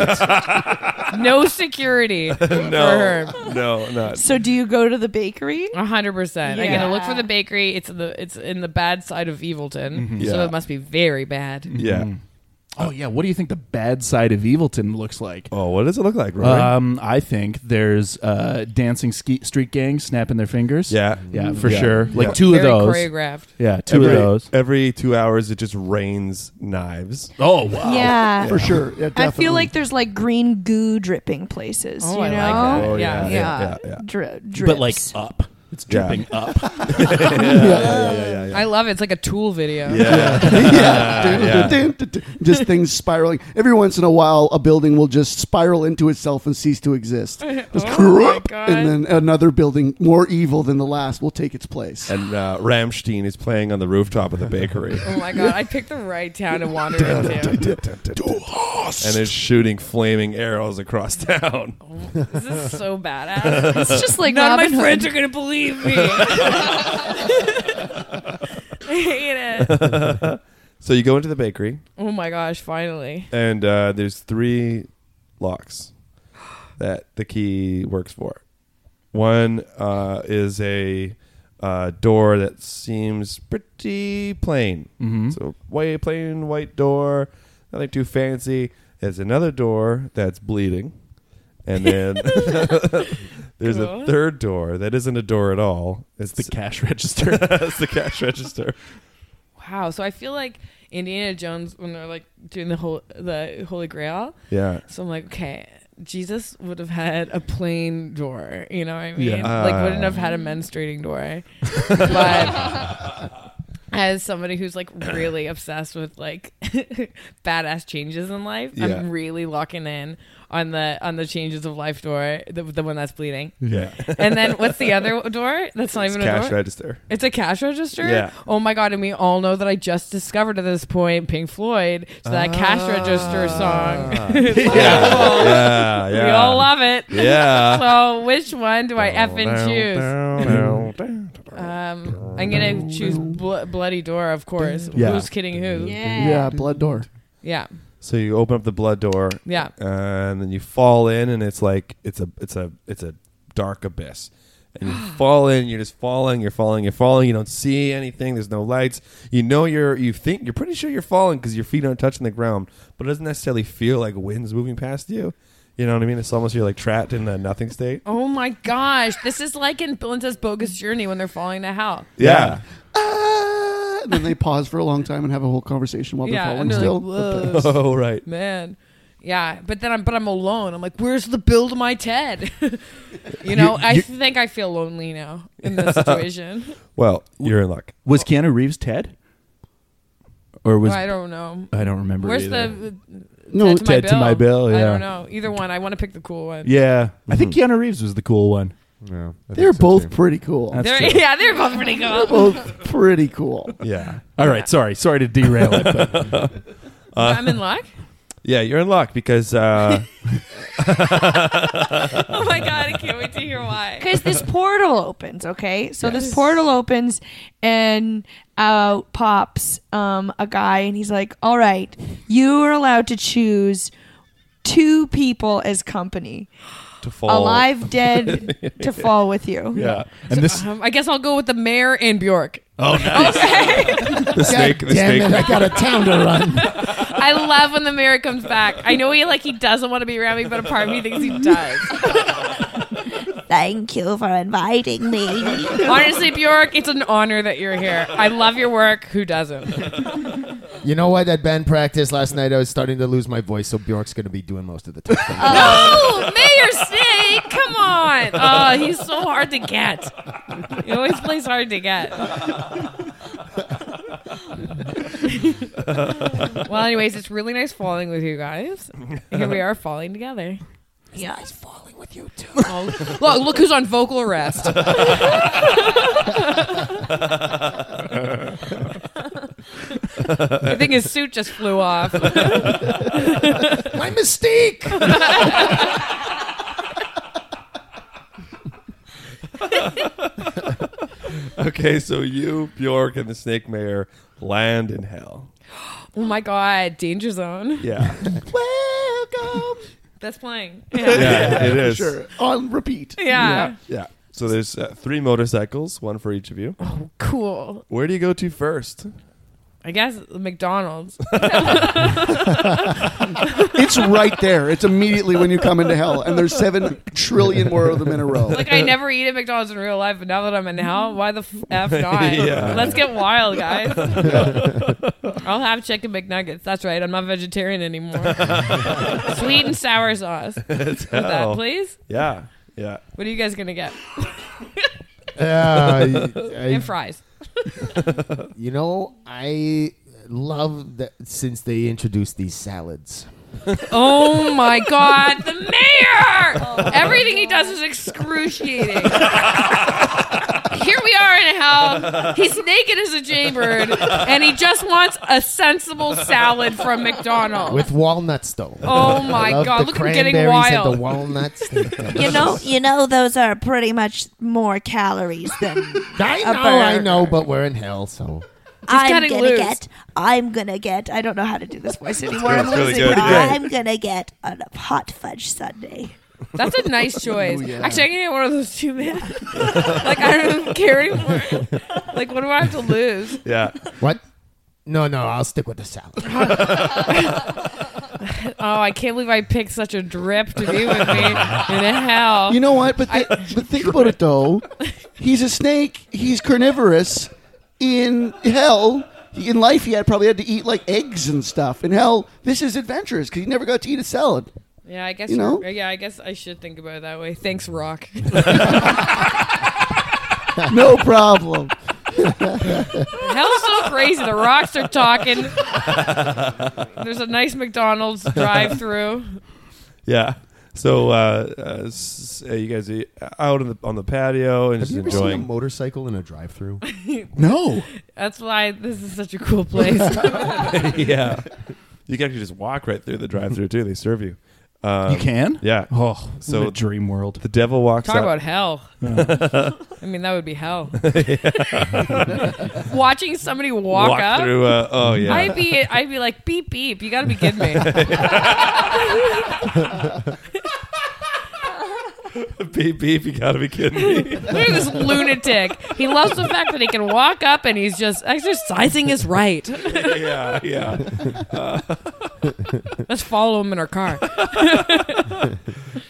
No security. no. For her. no, no, not. So do you go to the bakery? A hundred percent. I gotta look for the bakery. It's in the it's in the bad side of Evilton, Mm-hmm. Mhm. so Yeah. it must be very bad. Mhm. Oh yeah. What do you think the bad side of Evilton looks like? Oh, what does it look like, Rory? Uh, Um, I think there's uh, dancing ski- street gangs snapping their fingers. Yeah. yeah, for Yeah. sure. Like Yeah. two of Very those choreographed. Yeah, two every, of those. Every two hours, it just rains knives. Oh wow. Yeah. For sure. I feel like there's like green goo dripping places. Oh, you I know? like that. Oh, yeah. yeah, yeah, yeah, yeah, yeah, yeah. but like uh, up. It's Yeah. dripping up. yeah, yeah, yeah, yeah, yeah. I love it. It's like a tool video. yeah. just things spiraling. Every once in a while, a building will just spiral into itself and cease to exist. Just my God. and then another building more evil than the last will take its place. And uh, Ramstein is playing on the rooftop of the bakery. Oh my god! I picked the right town to wander into. and is shooting flaming arrows across town. This is so badass. It's just like none of Robin my Hood. friends are gonna believe me. I hate it. so you go into the bakery, Oh my gosh! Finally. and uh, there's three locks that the key works for. One uh, is a uh, door that seems pretty plain. Mhm. So white, plain white door, nothing too fancy. There's another door that's bleeding, and then there's a Cool. third door that isn't a door at all. It's the cash register. it's the cash register. Wow. So I feel like Indiana Jones when they're like doing the whole the Holy Grail. Yeah. So I'm like, okay, Jesus would have had a plain door. You know what I mean? Yeah. Like Ah. wouldn't have had a menstruating door. but as somebody who's like really obsessed with like badass changes in life, Yeah. I'm really locking in on the on the changes of life door, the, the one that's bleeding. Yeah. And then what's the other door? That's not It's even a cash door? register. It's a cash register. Yeah. Oh my god! And we all know that I just discovered at this point Pink Floyd, so that Ah. cash register Yeah. song. Yeah, Oh. We yeah. all love it. Yeah. so which one do I f down, and down, choose? um, I'm gonna choose bl- Bloody Door, of course. Yeah. Who's kidding who? Yeah, blood door. Yeah. So you open up the blood door. Yeah. And then you fall in and it's like it's a it's a it's a dark abyss. And you fall in, you're just falling, you're falling, you're falling, you don't see anything, there's no lights. You know you're you think you're pretty sure you're falling because your feet aren't touching the ground, but it doesn't necessarily feel like wind's moving past you. You know what I mean? It's almost you're like trapped in a nothing state. Oh my gosh! This is like in Princess Bogus Journey when they're falling to hell. Yeah. And then they pause for a long time and have a whole conversation while they're Yeah, falling and they're still. like, "Whoa." Oh, right. man. Yeah, but then I'm but I'm alone. I'm like, where's the build my Ted? you know, I you- think I feel lonely now in this situation. Well, you're in luck. Was Keanu Reeves Ted? Or was I don't know. I don't remember. Where's either. the No, Ted, to, my bill. yeah. I don't know. Either one. I want to pick the cool one. Yeah, Mm-hmm. I think Keanu Reeves was the cool one. Yeah, They're both pretty cool. That's They're, true. yeah, they're both pretty cool. They're both pretty cool. Yeah. All right. Sorry. Sorry to derail it. But. Uh. I'm in luck. Yeah, you're in luck because uh Oh my god, I can't wait to hear why. Because this portal opens, okay? So this portal opens and out pops um, a guy, and he's like, All right, you are allowed to choose two people as company to Oh. alive, dead, to fall with you. Yeah. And this Um, I guess I'll go with the mayor and Bjork. Oh, nice. Okay. The snake- the Damn snake- it, I got a town to run. I love when the mayor comes back. I know he like he doesn't want to be around me, but a part of me thinks he does. Thank you for inviting me. Honestly, Bjork, it's an honor that you're here. I love your work. Who doesn't? You know what? At band practice last night, I was starting to lose my voice, so Bjork's going to be doing most of the talking. Uh, no, Oh, Mayor Snake, come on. Oh, he's so hard to get. He always plays hard to get. well, anyways, it's really nice falling with you guys. Here we are falling together. Yeah, it's falling with you too. Oh, look, look who's on vocal arrest. I think his suit just flew off. My mistake. okay, so you, Bjork, and the Snake Mayor land in hell. Oh my god, danger zone. Yeah. Welcome. That's playing. Yeah, it is. Sure. On repeat. Yeah. Yeah. So there's uh, three motorcycles, one for each of you. Oh, cool. Where do you go to first? I guess McDonald's. it's right there. It's immediately when you come into hell, and there's seven trillion more of them in a row. Like I never eat at McDonald's in real life, but now that I'm in hell, why the f not? Yeah. Let's get wild, guys. I'll have chicken McNuggets. That's right. I'm not vegetarian anymore. Sweet and sour sauce. It's With that, hell. please. Yeah. Yeah. What are you guys gonna get? Yeah, I- I- and fries. you know, I love that since they introduced these salads. oh my god, the mayor! Everything he does is excruciating. Here we are in hell. He's naked as a jaybird, and he just wants a sensible salad from McDonald's. With walnuts, though. Oh my I love God, the look, I'm getting cranberries and wild. the walnuts. You know, you know, those are pretty much more calories than I a know, I burger. know, but we're in hell, so. I'm cutting gonna loose. get. I'm gonna get. I don't know how to do this voice anymore. good, I'm it's really losing. it. good, yeah. I'm gonna get a hot fudge sundae. That's a nice choice. Ooh, yeah. Actually, I can get one of those too, man. like I don't even care anymore. Like, what do I have to lose? Yeah. What? No, no, I'll stick with the salad. oh, I can't believe I picked such a drip to be with me in hell. You know what? But thi- but think about it though. He's a snake. He's carnivorous. In hell, he- in life, he had probably had to eat like eggs and stuff. In hell, this is adventurous because he never got to eat a salad. Yeah, I guess. You know? you're- Yeah, I guess I should think about it that way. Thanks, Rock. no problem. Hell's so crazy. The rocks are talking. There's a nice McDonald's drive-through. Yeah. So uh, uh, s- uh, you guys are out on the on the patio and Have just you ever seen a enjoying. motorcycle in a drive-through? No. That's why this is such a cool place. yeah. You can actually just walk right through the drive-through too. They serve you. Um, You can? Yeah. Oh, what a dream world. The devil walks. Talk out- about hell. I mean, that would be hell. Watching somebody walk, Walk up. through, uh, oh, yeah. I'd be, I'd be like beep beep. You got to be kidding me. beep beep! You gotta be kidding me. Look at this lunatic. He loves the fact that he can walk up and he's just exercising his right. yeah, yeah. Let's follow him in our car.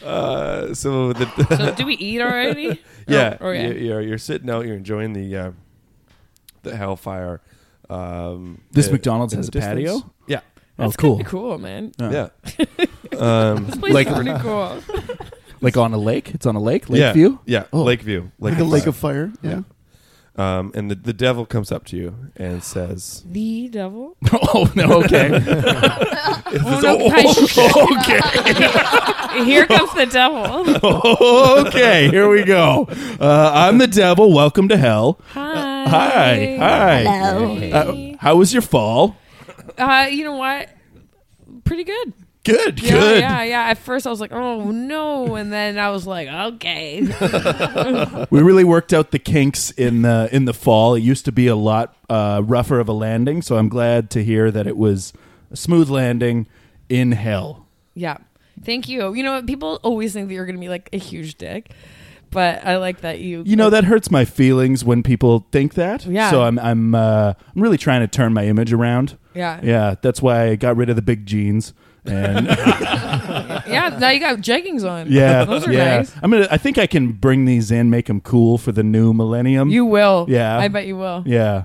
Uh, so the So do we eat already? yeah, Oh, okay. you- You're, you're sitting out. You're enjoying the uh, the hellfire. Um, This uh, McDonald's in has the a patio? distance. Yeah. That's Oh, cool. kinda cool, man. Oh. Yeah. Um, Uh-huh. This place like- is pretty cool. Like on a lake? It's on a lake? Yeah, Lakeview? Yeah, Oh. Lakeview. Like a lake of fire, yeah. Um, and the, the devil comes up to you and says, The devil? "Oh no, okay. Oh, no, guys. oh. Here comes the devil. okay, here we go. Uh, I'm the devil. Welcome to hell. Hi. Hi. Hi. Hello. Uh, how was your fall? Uh, you know what? Pretty good. Good, Yeah, good. Yeah, yeah. At first I was like, oh no, and then I was like, okay. We really worked out the kinks in the in the fall. It used to be a lot uh, rougher of a landing, so I'm glad to hear that it was a smooth landing in hell. yeah. Thank you. You know, people always think that you're gonna be like a huge dick, but I like that you. You know that hurts my feelings when people think that. Yeah. So I'm I'm uh, I'm really trying to turn my image around. Yeah. Yeah. That's why I got rid of the big jeans and Yeah. Now you got jeggings on. yeah Those are yeah. nice. I'm gonna. I think I can bring these in, make them cool for the new millennium. You will. Yeah. I bet you will. Yeah.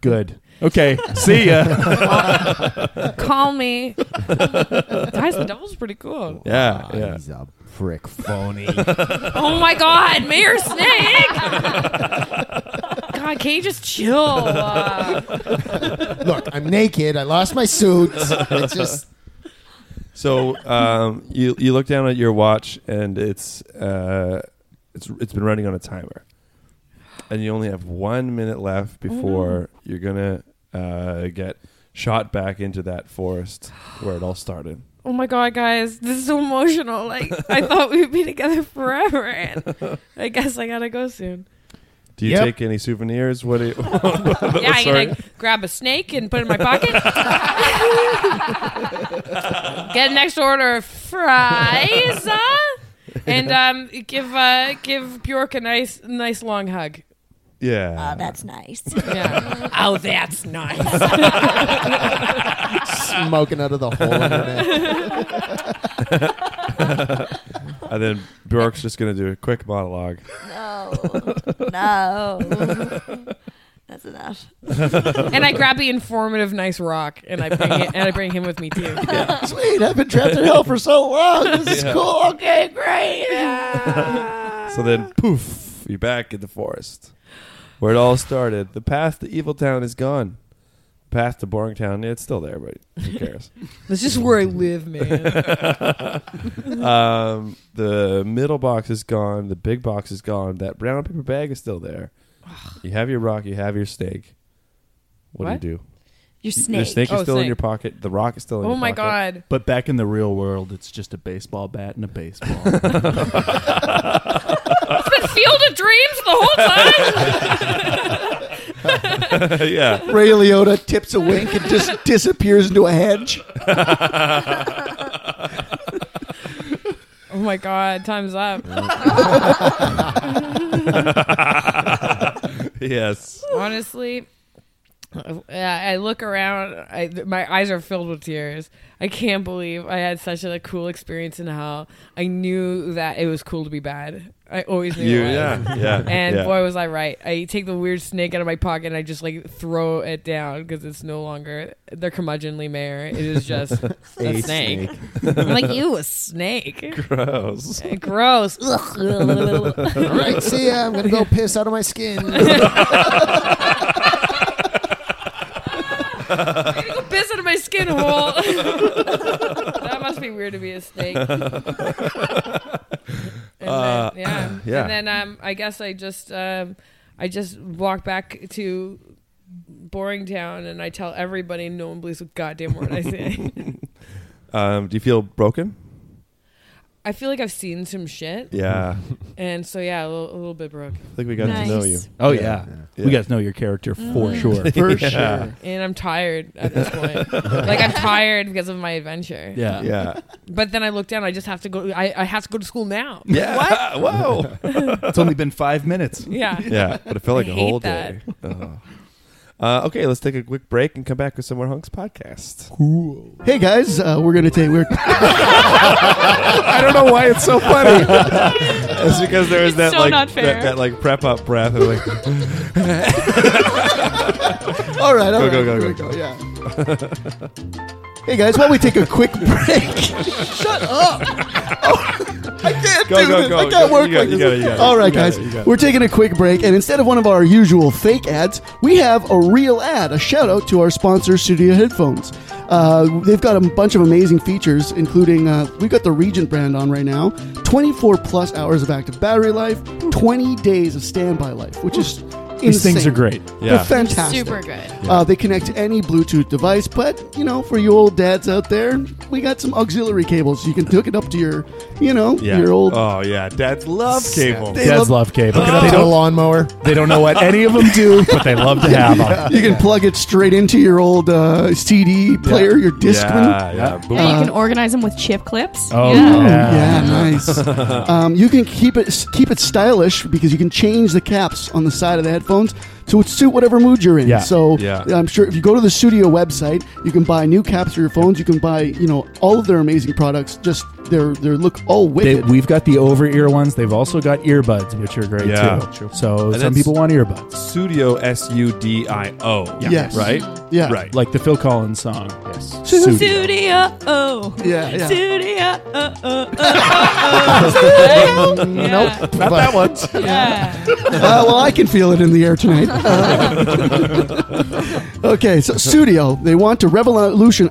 Good. Okay. See ya. Call me. Guys, the devil's pretty cool. Yeah, yeah. He's a prick phony. Oh my God, Mayor Snake! God, can you just chill? Oh Uh, Look, I'm naked. I lost my suit. It's just So um, you you look down at your watch and it's uh, it's it's been running on a timer, and you only have one minute left Oh, before you're gonna uh, get shot back into that forest where it all started. oh my God, guys, this is so emotional. Like I thought we'd be together forever, and I guess I gotta go soon. Do you Yep. take any souvenirs? What? Do you, yeah, I Oh, Sorry. can like, grab a snake and put it in my pocket. Get an extra order of fries, uh, and um, give uh, give Bjork a nice nice long hug. Yeah. Oh, that's nice. Yeah. oh, that's nice. Uh, smoking out of the hole. In your neck. and then Bjork's just gonna do a quick monologue. No. No. That's enough. and I grab the informative nice rock, and I bring it, and I bring him with me too. Sweet, I've been trapped in hell for so long. This is Yeah. cool. Okay, great. so Uh. then, poof, you're back in the forest where it all started. The path to Evil Town is gone. The path to Boring Town, it's still there, but who cares? That's just where I live, man. um, the middle box is gone. The big box is gone. That brown paper bag is still there. You have your rock. You have your snake. What, What? do you do? Your Y- Your snake. snake is Oh, still in snake. your pocket. The rock is still in Oh your my pocket. God. But back in the real world, it's just a baseball bat and a baseball. it's been Field of Dreams the whole time. yeah. Ray Liotta tips a wink and just disappears into a hedge. Oh my god, time's up. yes. Honestly, I, I look around. I, th- my eyes are filled with tears. I can't believe I had such a cool experience in hell. I knew that it was cool to be bad. I always knew. You- it was. yeah, yeah, And yeah. boy, was I right. I take the weird snake out of my pocket and I just like throw it down because it's no longer the curmudgeonly mayor. It is just a, A snake. snake. Oh, I'm like you, a snake. Gross. Eh, Gross. Ugh. All right, see ya. I'm gonna go piss out of my skin. I'm gonna go piss out of my skin hole. that must be weird to be a snake. And Uh, then, yeah. yeah. And then um, I guess I just um, I just walk back to Boring Town and I tell everybody no one believes a goddamn word I say. Um, do you feel broken? I feel like I've seen some shit. Yeah. And so yeah, a little, a little bit broke. I think we got to know you. Oh yeah. Yeah. we got to know your character Mm. for sure. For Yeah. sure. And I'm tired at this point. like I'm tired because of my adventure. Yeah. Yeah. But then I look down. I just have to go. I, I have to go to school now. Yeah. What? Whoa. it's only been five minutes. Yeah. Yeah, but it felt like I a hate whole that. day. Ugh. Uh, okay, let's take a quick break and come back with some more Hunks podcast. Cool. Hey guys, uh, we're gonna take we're I don't know why it's so funny. it's because there was that so like not that- fair. That, like prep up breath. and like, all right. go, all right, go, go, here we go, go, Yeah. Hey guys, why don't we take a quick break? Shut up! I can't Go, do go, this. go, I can't go. work You got it, like you this. got it, you got it. All right, You got guys, it, you got it. we're taking a quick break, and instead of one of our usual fake ads, we have a real ad. A shout out to our sponsor, Studio Headphones. Uh, they've got a bunch of amazing features, including uh, we've got the Regent brand on right now. 24 plus hours of active battery life, 20 days of standby life, which is These things insane. are great. They're Yeah. fantastic. Super good. Uh, they connect to any Bluetooth device, but you know, for you old dads out there, we got some auxiliary cables. You can hook it up to your, you know, yeah. your old. Oh yeah, dads love cable. They Dads love- love cable. Hook it Hook up it to up a lawnmower. They don't know what any of them do, but they love to have them. You can plug it straight into your old uh, CD player, your Discman. yeah, And you can organize them with chip clips. Ooh, Uh, Oh, yeah, nice. um, you can keep it keep it stylish because you can change the caps on the side of the headphones to suit whatever mood you're in. Yeah. So Yeah. I'm sure if you go to the studio website, you can buy new caps for your phones. You can buy you know all of their amazing products. Just their their look all They, wicked. we've got the over ear ones. They've also got earbuds, which are great Yeah. too. True. So some And that's- people want earbuds. Studio S U D I O. Yeah. Yes. Right. Yeah. Right. Like the Phil Collins song. Yes. Studio. Oh. Yeah, yeah. Studio. Oh, oh, oh, oh. Nope. Yeah. Not that one. Yeah. Uh, well, I can feel it in the air tonight. Uh, okay, so studio. They want to revolution.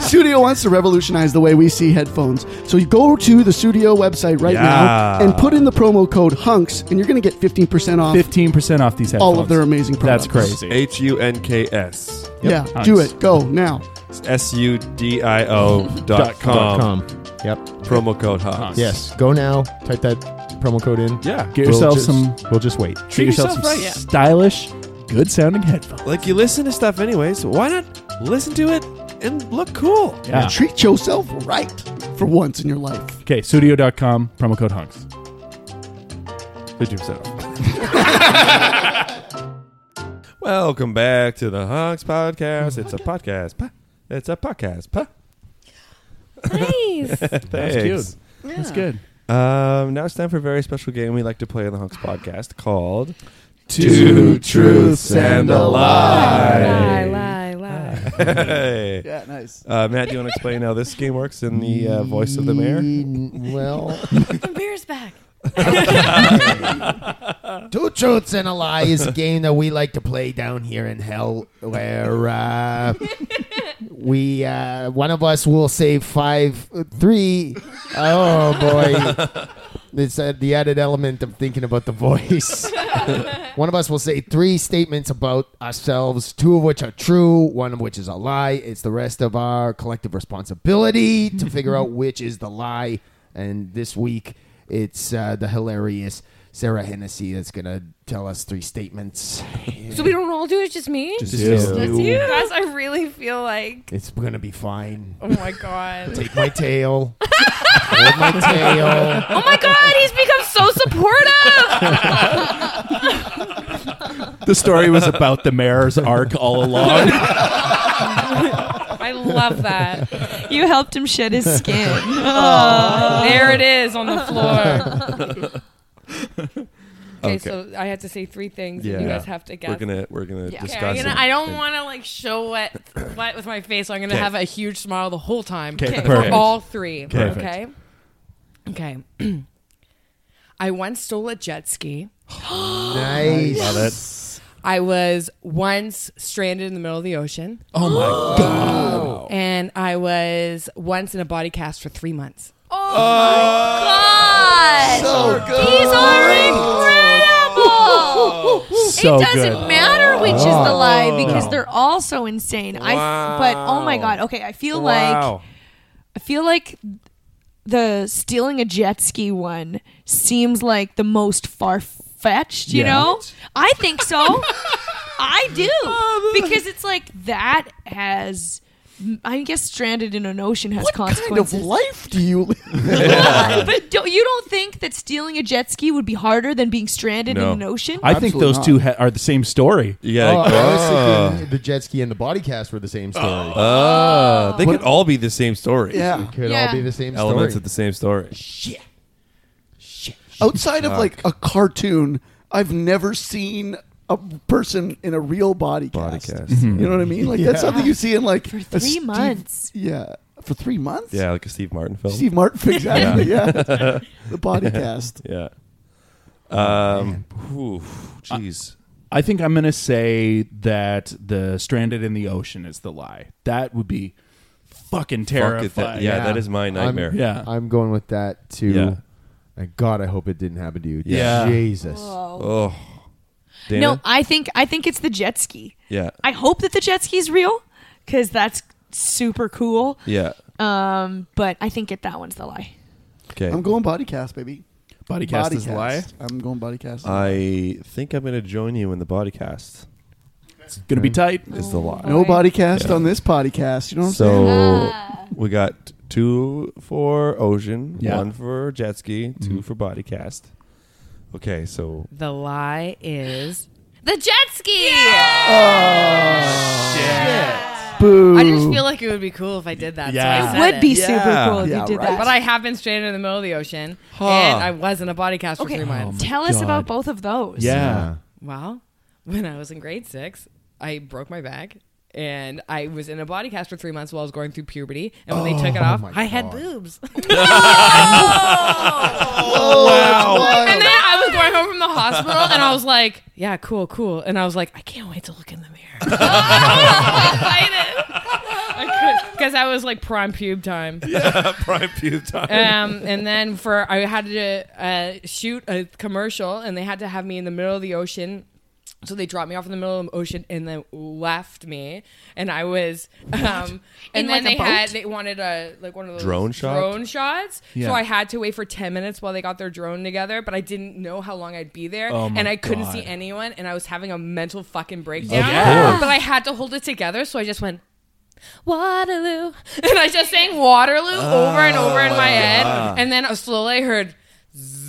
studio wants to revolutionize the way we see headphones. So you go to the studio website right now Yeah. and put in the promo code Hunks, and you're going to get 15% off. Fifteen percent off these headphones. All of their amazing products. That's crazy. H U N K S. Yeah, do it. Go now. S U D I O dot Dot com. com. Yep. Promo code Hawks. yes, go now. Type that promo code in. Yeah. Get yourself just- some. We'll just wait. Treat yourself, some stylish, good sounding headphones. Like you listen to stuff anyway, so why not listen to it and look cool? Yeah. Treat yourself right for once in your life. Okay. Studio.com. Promo code hunks. Fifty percent Welcome back to the Honks Podcast. It's a podcast. pa- It's a podcast. pa- Nice. Thanks. That's cute. That's good. Um, now it's time for a very special game we like to play on the Honks Podcast called Two Truths and a Lie. Lie, lie, Hey. Yeah, nice. Uh, Matt, do you want to explain how this game works in the uh, voice of the mayor? Well, The beer's back. Two truths and a lie is a game that we like to play down here in hell, where uh, we uh, one of us will say five, three. Oh boy, it's uh, the added element of thinking about the voice. one of us will say three statements about ourselves, two of which are true, one of which is a lie. It's the rest of our collective responsibility to figure out which is the lie. And this week, it's uh, the hilarious Sarah Hennessy that's going to tell us three statements. So we don't all do it, just me? Just Just you. you. Just you. Guys, I really feel like. It's going to be fine. Oh my god. Take my tail. Hold my tail. Oh my god, he's become so supportive. The story was about the mayor's arc all along. I love that. You helped him shed his skin. Aw. There it is on the floor. Okay, Okay. so I have to say three things. and You guys have to guess. We're gonna we're gonna Yeah. discuss. Okay, I'm gonna- I don't it. want to like show what what with my face. So I'm gonna 'Kay. have a huge smile the whole time 'Kay, for perfect. all three. Perfect. Okay. Okay. I once stole a jet ski. Nice. Love it. I was once stranded in the middle of the ocean. Oh my God. And I was once in a body cast for three months. God. So These are incredible. So it doesn't good. matter which is the lie Oh. because No. they're all so insane. I but oh my god. Okay, I feel like I feel like the stealing a jet ski one seems like the most far fetched, you Yeah. know? I think so. I do. Because it's like that has I guess stranded in an ocean has What kind consequences. of life do you Well, live? but don't, you don't think that stealing a jet ski would be harder than being stranded in an ocean? I think those two ha- are the same story. Yeah. Uh, Oh, I was Oh. thinking the jet ski and the body cast were the same story. Oh, Ah, they could all be the same story. Yeah. It could all Yeah. be the same story. Elements of the same story. Outside of Fuck. like a cartoon, I've never seen a person in a real body cast. Body cast. Mhm. You know what I mean? Like that's Yeah. something you see in like for three months. Yeah, for three months. Yeah, like a Steve Martin film. Steve Martin film, exactly, yeah. The body cast. Yeah. Um. whew, Jeez. I think I'm going to say that the stranded in the ocean is the lie. That would be fucking Fuck terrifying. it, that- yeah, that is my nightmare. I'm- yeah. I'm going with that too. Yeah. And God, I hope it didn't happen to you. Yeah. Jesus. Oh. Dana? No, I think I think it's the jet ski. Yeah. I hope that the jet ski's real because that's super cool. Yeah. Um, but I think it, that onene's the lie. Okay. I'm going body cast, baby. Body cast Body is a lie? I'm going body cast. I think I'm gonna join you in the body cast. It's gonna be tight. Is the lie. no body cast Yeah. on this body cast. You know what I'm saying? So Ah. we got two for ocean, Yeah. one for jet ski, 2 for body cast. Okay, so The lie is the jet ski. shit. I just feel like it would be cool if I did that. Yeah. Yeah. It So I would said be super cool if you Yeah, did right. that. But I have been stranded in the middle of the ocean, Huh. and I was in a body cast Okay, Oh. for three Oh months. tell us about both of those. Yeah. Well, when I was in grade six, I broke my back. And I was in a body cast for three months while I was going through puberty. And when they took it Oh off, my I had God. boobs. Wow. wild. And then I was going home from the hospital and I was like, yeah, cool, cool. And I was like, I can't wait to look in the mirror. Because I was like prime pube time. Yeah, prime pube time. Um, and then for I had to uh, shoot a commercial, and they had to have me in the middle of the ocean. So they dropped me off in the middle of the ocean and then left me, and I was. Um, and In, like, then a they had boat? they wanted a like one of those Drone shot? drone shots. Yeah. So I had to wait for ten minutes while they got their drone together, but I didn't know how long I'd be there, Oh my and I couldn't see God. anyone, and I was having a mental fucking breakdown. course. But I had to hold it together, so I just went. Waterloo. And I just sang Waterloo over and over in Oh, my my head. God. And then slowly I heard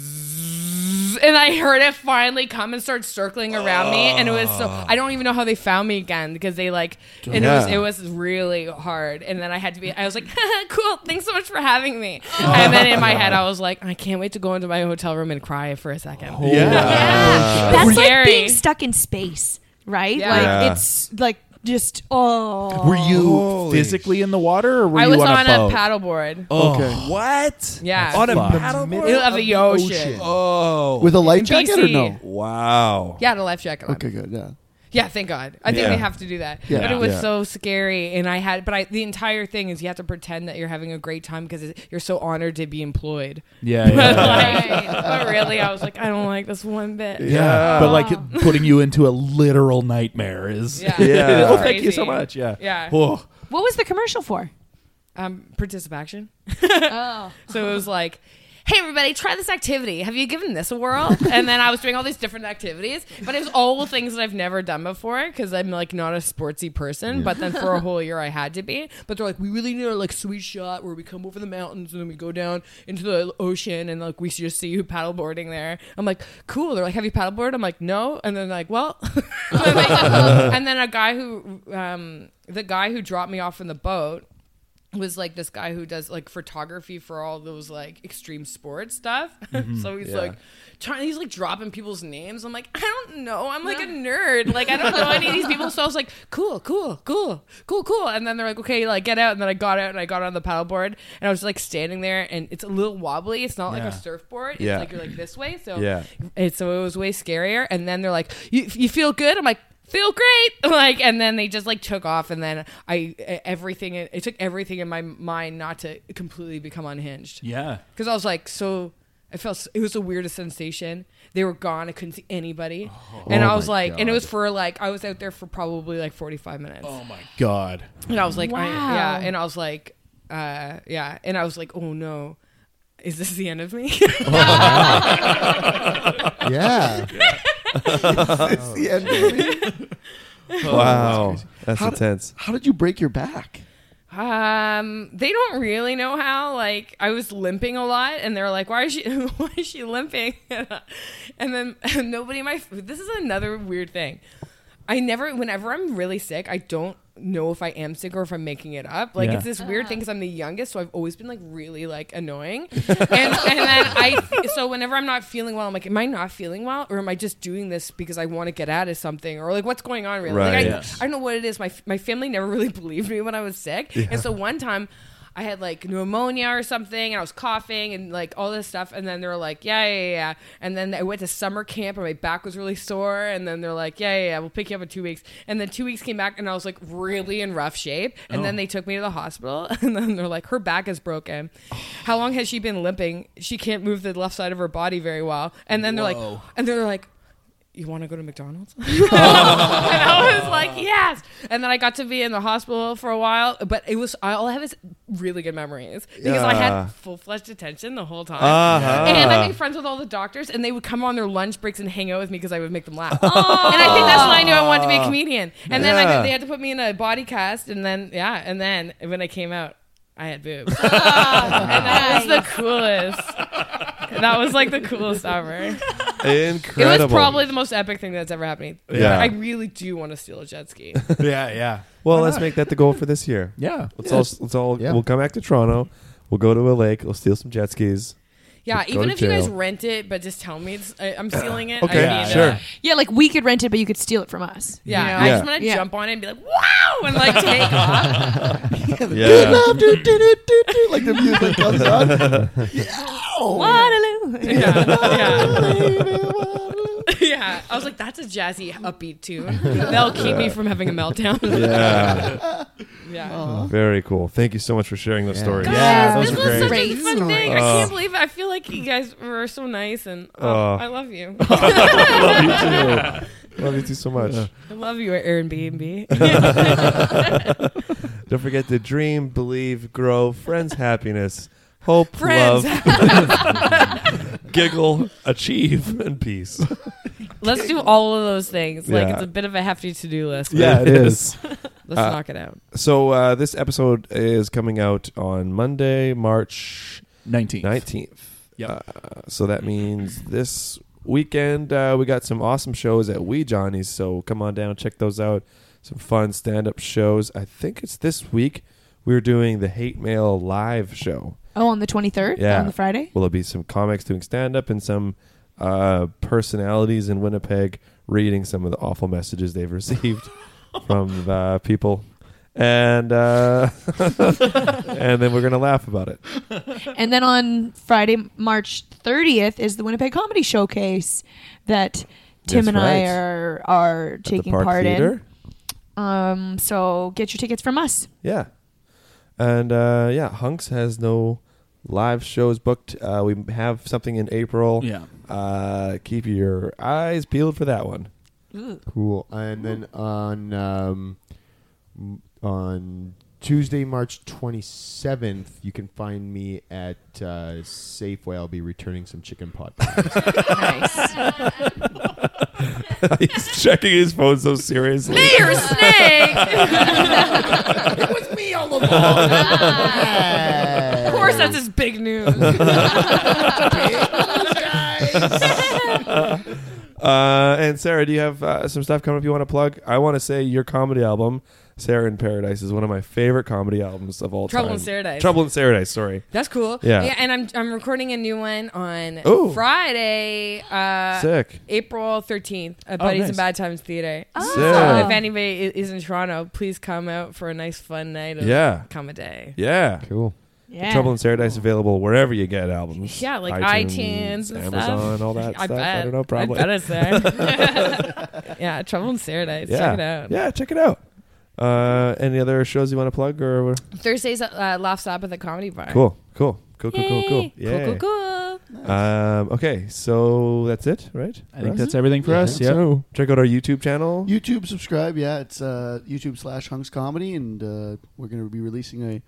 zzzz, and I heard it finally come and start circling around me. And it was so Ah. I don't even know how they found me again because they like and Yeah. it was it was really hard. And then I had to be I was like, cool, thanks so much for having me. Oh And then in my head I was like, I can't wait to go into my hotel room and cry for a second. Yeah. That's Scary. like being stuck in space, right? Yeah. Like Yeah. it's like just oh. Were you physically in the water or were I you was on, on, a, boat? paddleboard. Oh. Okay. What? Yeah. On a Fuck. paddleboard of the ocean. Oh. With a life In jacket or BC. no? Wow. Yeah, the life jacket. Okay, good. Yeah. Yeah, thank God. I think Yeah. they have to do that. Yeah. But it was Yeah. so scary, and I had. But I, the entire thing is you have to pretend that you're having a great time because you're so honored to be employed. Yeah, yeah, but, yeah. like- but really, I was like, I don't like this one bit. Yeah. But like putting you into a literal nightmare is. Yeah. oh, thank you so Crazy. much. Yeah. Yeah. Oh. What was the commercial for? Um, participation. oh. So it was like, hey, everybody, try this activity. Have you given this a whirl? and then I was doing all these different activities, but it was all things that I've never done before because I'm like not a sportsy person. Yeah. But then for a whole year, I had to be. But they're like, we really need a like sweet shot where we come over the mountains and then we go down into the ocean and like we should just see you paddleboarding there. I'm like, cool. They're like, have you paddleboard? I'm like, no. And then like, well, and then a guy who um, the guy who dropped me off in the boat was like this guy who does like photography for all those like extreme sports stuff. Mhm. so he's Yeah. like trying he's like dropping people's names. I'm like, I don't know. I'm like a nerd. Like I don't know any of these people. So I was like, cool, cool, cool, cool, cool. And then they're like, okay, like get out. And then I got out and I got on the paddleboard and I was like standing there and it's a little wobbly. It's not Yeah. like a surfboard. It's Yeah. like you're like this way. So Yeah. and so it was way scarier. And then they're like, you, you feel good? I'm like, feel great. Like, and then they just like took off. And then I, e, everything, it took everything in my mind not to completely become unhinged. Yeah. Cause I was like, so I felt, s- it was the weirdest sensation. They were gone. I couldn't see anybody. and Oh I was my like, and it God. was for like, I was out there for probably like 45 minutes. Oh my God. and I was like, I- Wow. yeah. And I was like, uh, yeah. And I was like, oh no, is this the end of me? Yeah. It's the end of me. Wow. That's How- intense. How did you break your back? Um, they don't really know how. Like, I was limping a lot, and they're like, "Why is she? Why is she limping?" and then nobody. in My this is another weird thing. I never. Whenever I'm really sick, I don't know if I am sick or if I'm making it up. Like, Yeah. it's this weird thing because I'm the youngest, so I've always been like really like annoying. and, and then I. So whenever I'm not feeling well, I'm like, "Am I not feeling well, or am I just doing this because I want to get out of something, or like what's going on really?" Right. Like, I, Yes. I don't know what it is. My my family never really believed me when I was sick, Yeah. and so one time. I had like pneumonia or something, and I was coughing and like all this stuff. And then they were like, yeah, yeah, yeah, yeah. And then I went to summer camp, and my back was really sore. And then they're like, yeah, yeah, yeah, we'll pick you up in two weeks. And then two weeks came back, and I was like really in rough shape. And Oh. then they took me to the hospital, and then they're like, her back is broken. How long has she been limping? She can't move the left side of her body very well. And then they're like, Whoa. and they're like, you want to go to McDonald's? and I was like, yes. And then I got to be in the hospital for a while, but it was all I have is really good memories because I Yeah. had full fledged attention the whole time, Uh-huh. and I made friends with all the doctors, and they would come on their lunch breaks and hang out with me because I would make them laugh. and I think that's when I knew I wanted to be a comedian. And then I Yeah. did, they had to put me in a body cast, and then yeah, and then when I came out, I had boobs, and Ah, that was the coolest. That was like the coolest ever. Incredible. It was probably the most epic thing that's ever happened. Yeah. I really do want to steal a jet ski. yeah, yeah. Well, Why let's not? make that the goal for this year. Yeah. Let's Yeah. all let's all Yeah. we'll come back to Toronto. We'll go to a lake. We'll steal some jet skis. Yeah, we'll go even to if you guys jail. rent it, but just tell me it's, I, I'm stealing it. Okay, I mean, sure. uh, Yeah, like we could rent it, but you could steal it from us. yeah, You know? I just want to jump on it and be like, wow, and like take off. Yeah. Good love, do, do, do, do, do, like the music comes on. Waterloo. Yeah. Yeah. yeah. I was like, that's a jazzy, upbeat tune. They'll keep me Yeah. from having a meltdown. Yeah. yeah. Very cool. Thank you so much for sharing those stories. Guys, Oh, those this were was great. such a fun thing. I Oh. can't believe it. I feel like you guys were so nice and oh, Oh. I love you. love you too. Love you too so much. I love you, Airbnb. Don't forget to dream, believe, grow, friends, happiness, hope, Friends. love, giggle, achieve, and peace. Let's do all of those things. Like Yeah. it's a bit of a hefty to-do list. Yeah, it is. Let's Uh, knock it out. So uh, this episode is coming out on Monday, March nineteenth. Nineteenth. Yeah. Uh, so that means this weekend uh, we got some awesome shows at Wee Johnny's. So come on down, check those out. Some fun stand-up shows. I think it's this week. We're doing the Hate Mail live show. Oh, on the 23rd? Yeah. On the Friday? Will it be some comics doing stand up and some uh, personalities in Winnipeg reading some of the awful messages they've received from uh, people? And uh, and then we're gonna laugh about it. and then on Friday, March 30th, is the Winnipeg Comedy Showcase that Tim That's and right. I are are taking Park part Theater. in. Um, so get your tickets from us. Yeah, and uh, yeah, Hunks has no live shows booked. Uh, we have something in April. Yeah. uh, keep your eyes peeled for that one. Cool. And then on um, m- on Tuesday, March 27th, you can find me at uh, Safeway. I'll be returning some chicken pot pies. He's checking his phone so seriously. Mayor Snake! It was me all along. of course, that's his big news. uh, and Sarah, do you have uh, some stuff coming up you want to plug? I want to say your comedy album, Sarah in Paradise, is one of my favorite comedy albums of all Trouble time. in Saradice. Trouble in Paradise. Sorry. That's cool. Yeah. and I'm I'm recording a new one on Ooh. Friday, uh, Sick. April 13th at Oh, Buddies nice. and Bad Times Theater. Oh. So Sick. if anybody i- is in Toronto, please come out for a nice fun night of yeah. comedy. Yeah. Cool. Yeah. Trouble in Paradise available wherever you get albums. Eh. Yeah, like iTunes, and Amazon, stuff. all that I stuff. Bet. I don't know, probably. I bet it's there. yeah, Trouble in Paradise. yeah. Check it out. Yeah, check it out. Uh, any other shows you want to plug or Thursday's uh, Laugh Stop at the Comedy Bar. cool, cool, cool, cool, cool, Yay. cool. Cool, cool, cool. Um, okay, so that's it, right? I think that's everything for us, yeah. So check out our YouTube channel. YouTube subscribe. Yeah, it's uh, YouTube slash Hunks Comedy, and uh, we're going to be releasing a,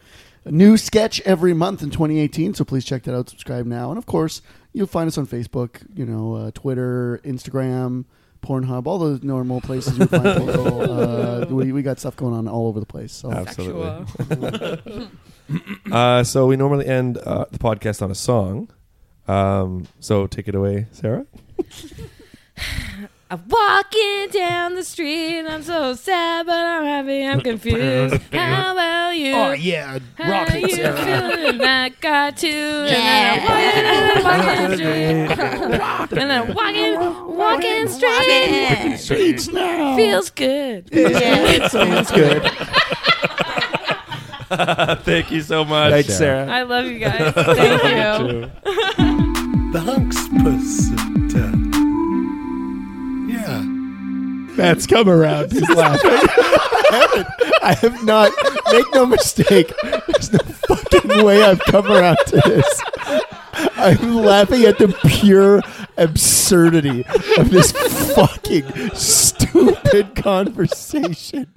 a new sketch every month in 2018. So please check that out. Subscribe now, and of course, you'll find us on Facebook, you know, uh, Twitter, Instagram, Pornhub, all those normal places you find people. Uh, we, we got stuff going on all over the place. So. Absolutely. uh, so we normally end uh, the podcast on a song. Um, so take it away, Sarah. I'm walking down the street. I'm so sad, but I'm happy. I'm confused. How about you? Oh, yeah, How rock it, you Sarah. feeling? I got to. And then I'm walking, and then I'm walking, walking straight. Streets now. Feels good. Sounds good. Thank you so much. Thanks, Sarah. I love you guys. Thank you. the hunks pursuit. Yeah. Matt's come around. He's laughing. Evan, I have not. Make no mistake. There's no fucking way I've come around to this. I'm laughing at the pure absurdity of this fucking stupid conversation.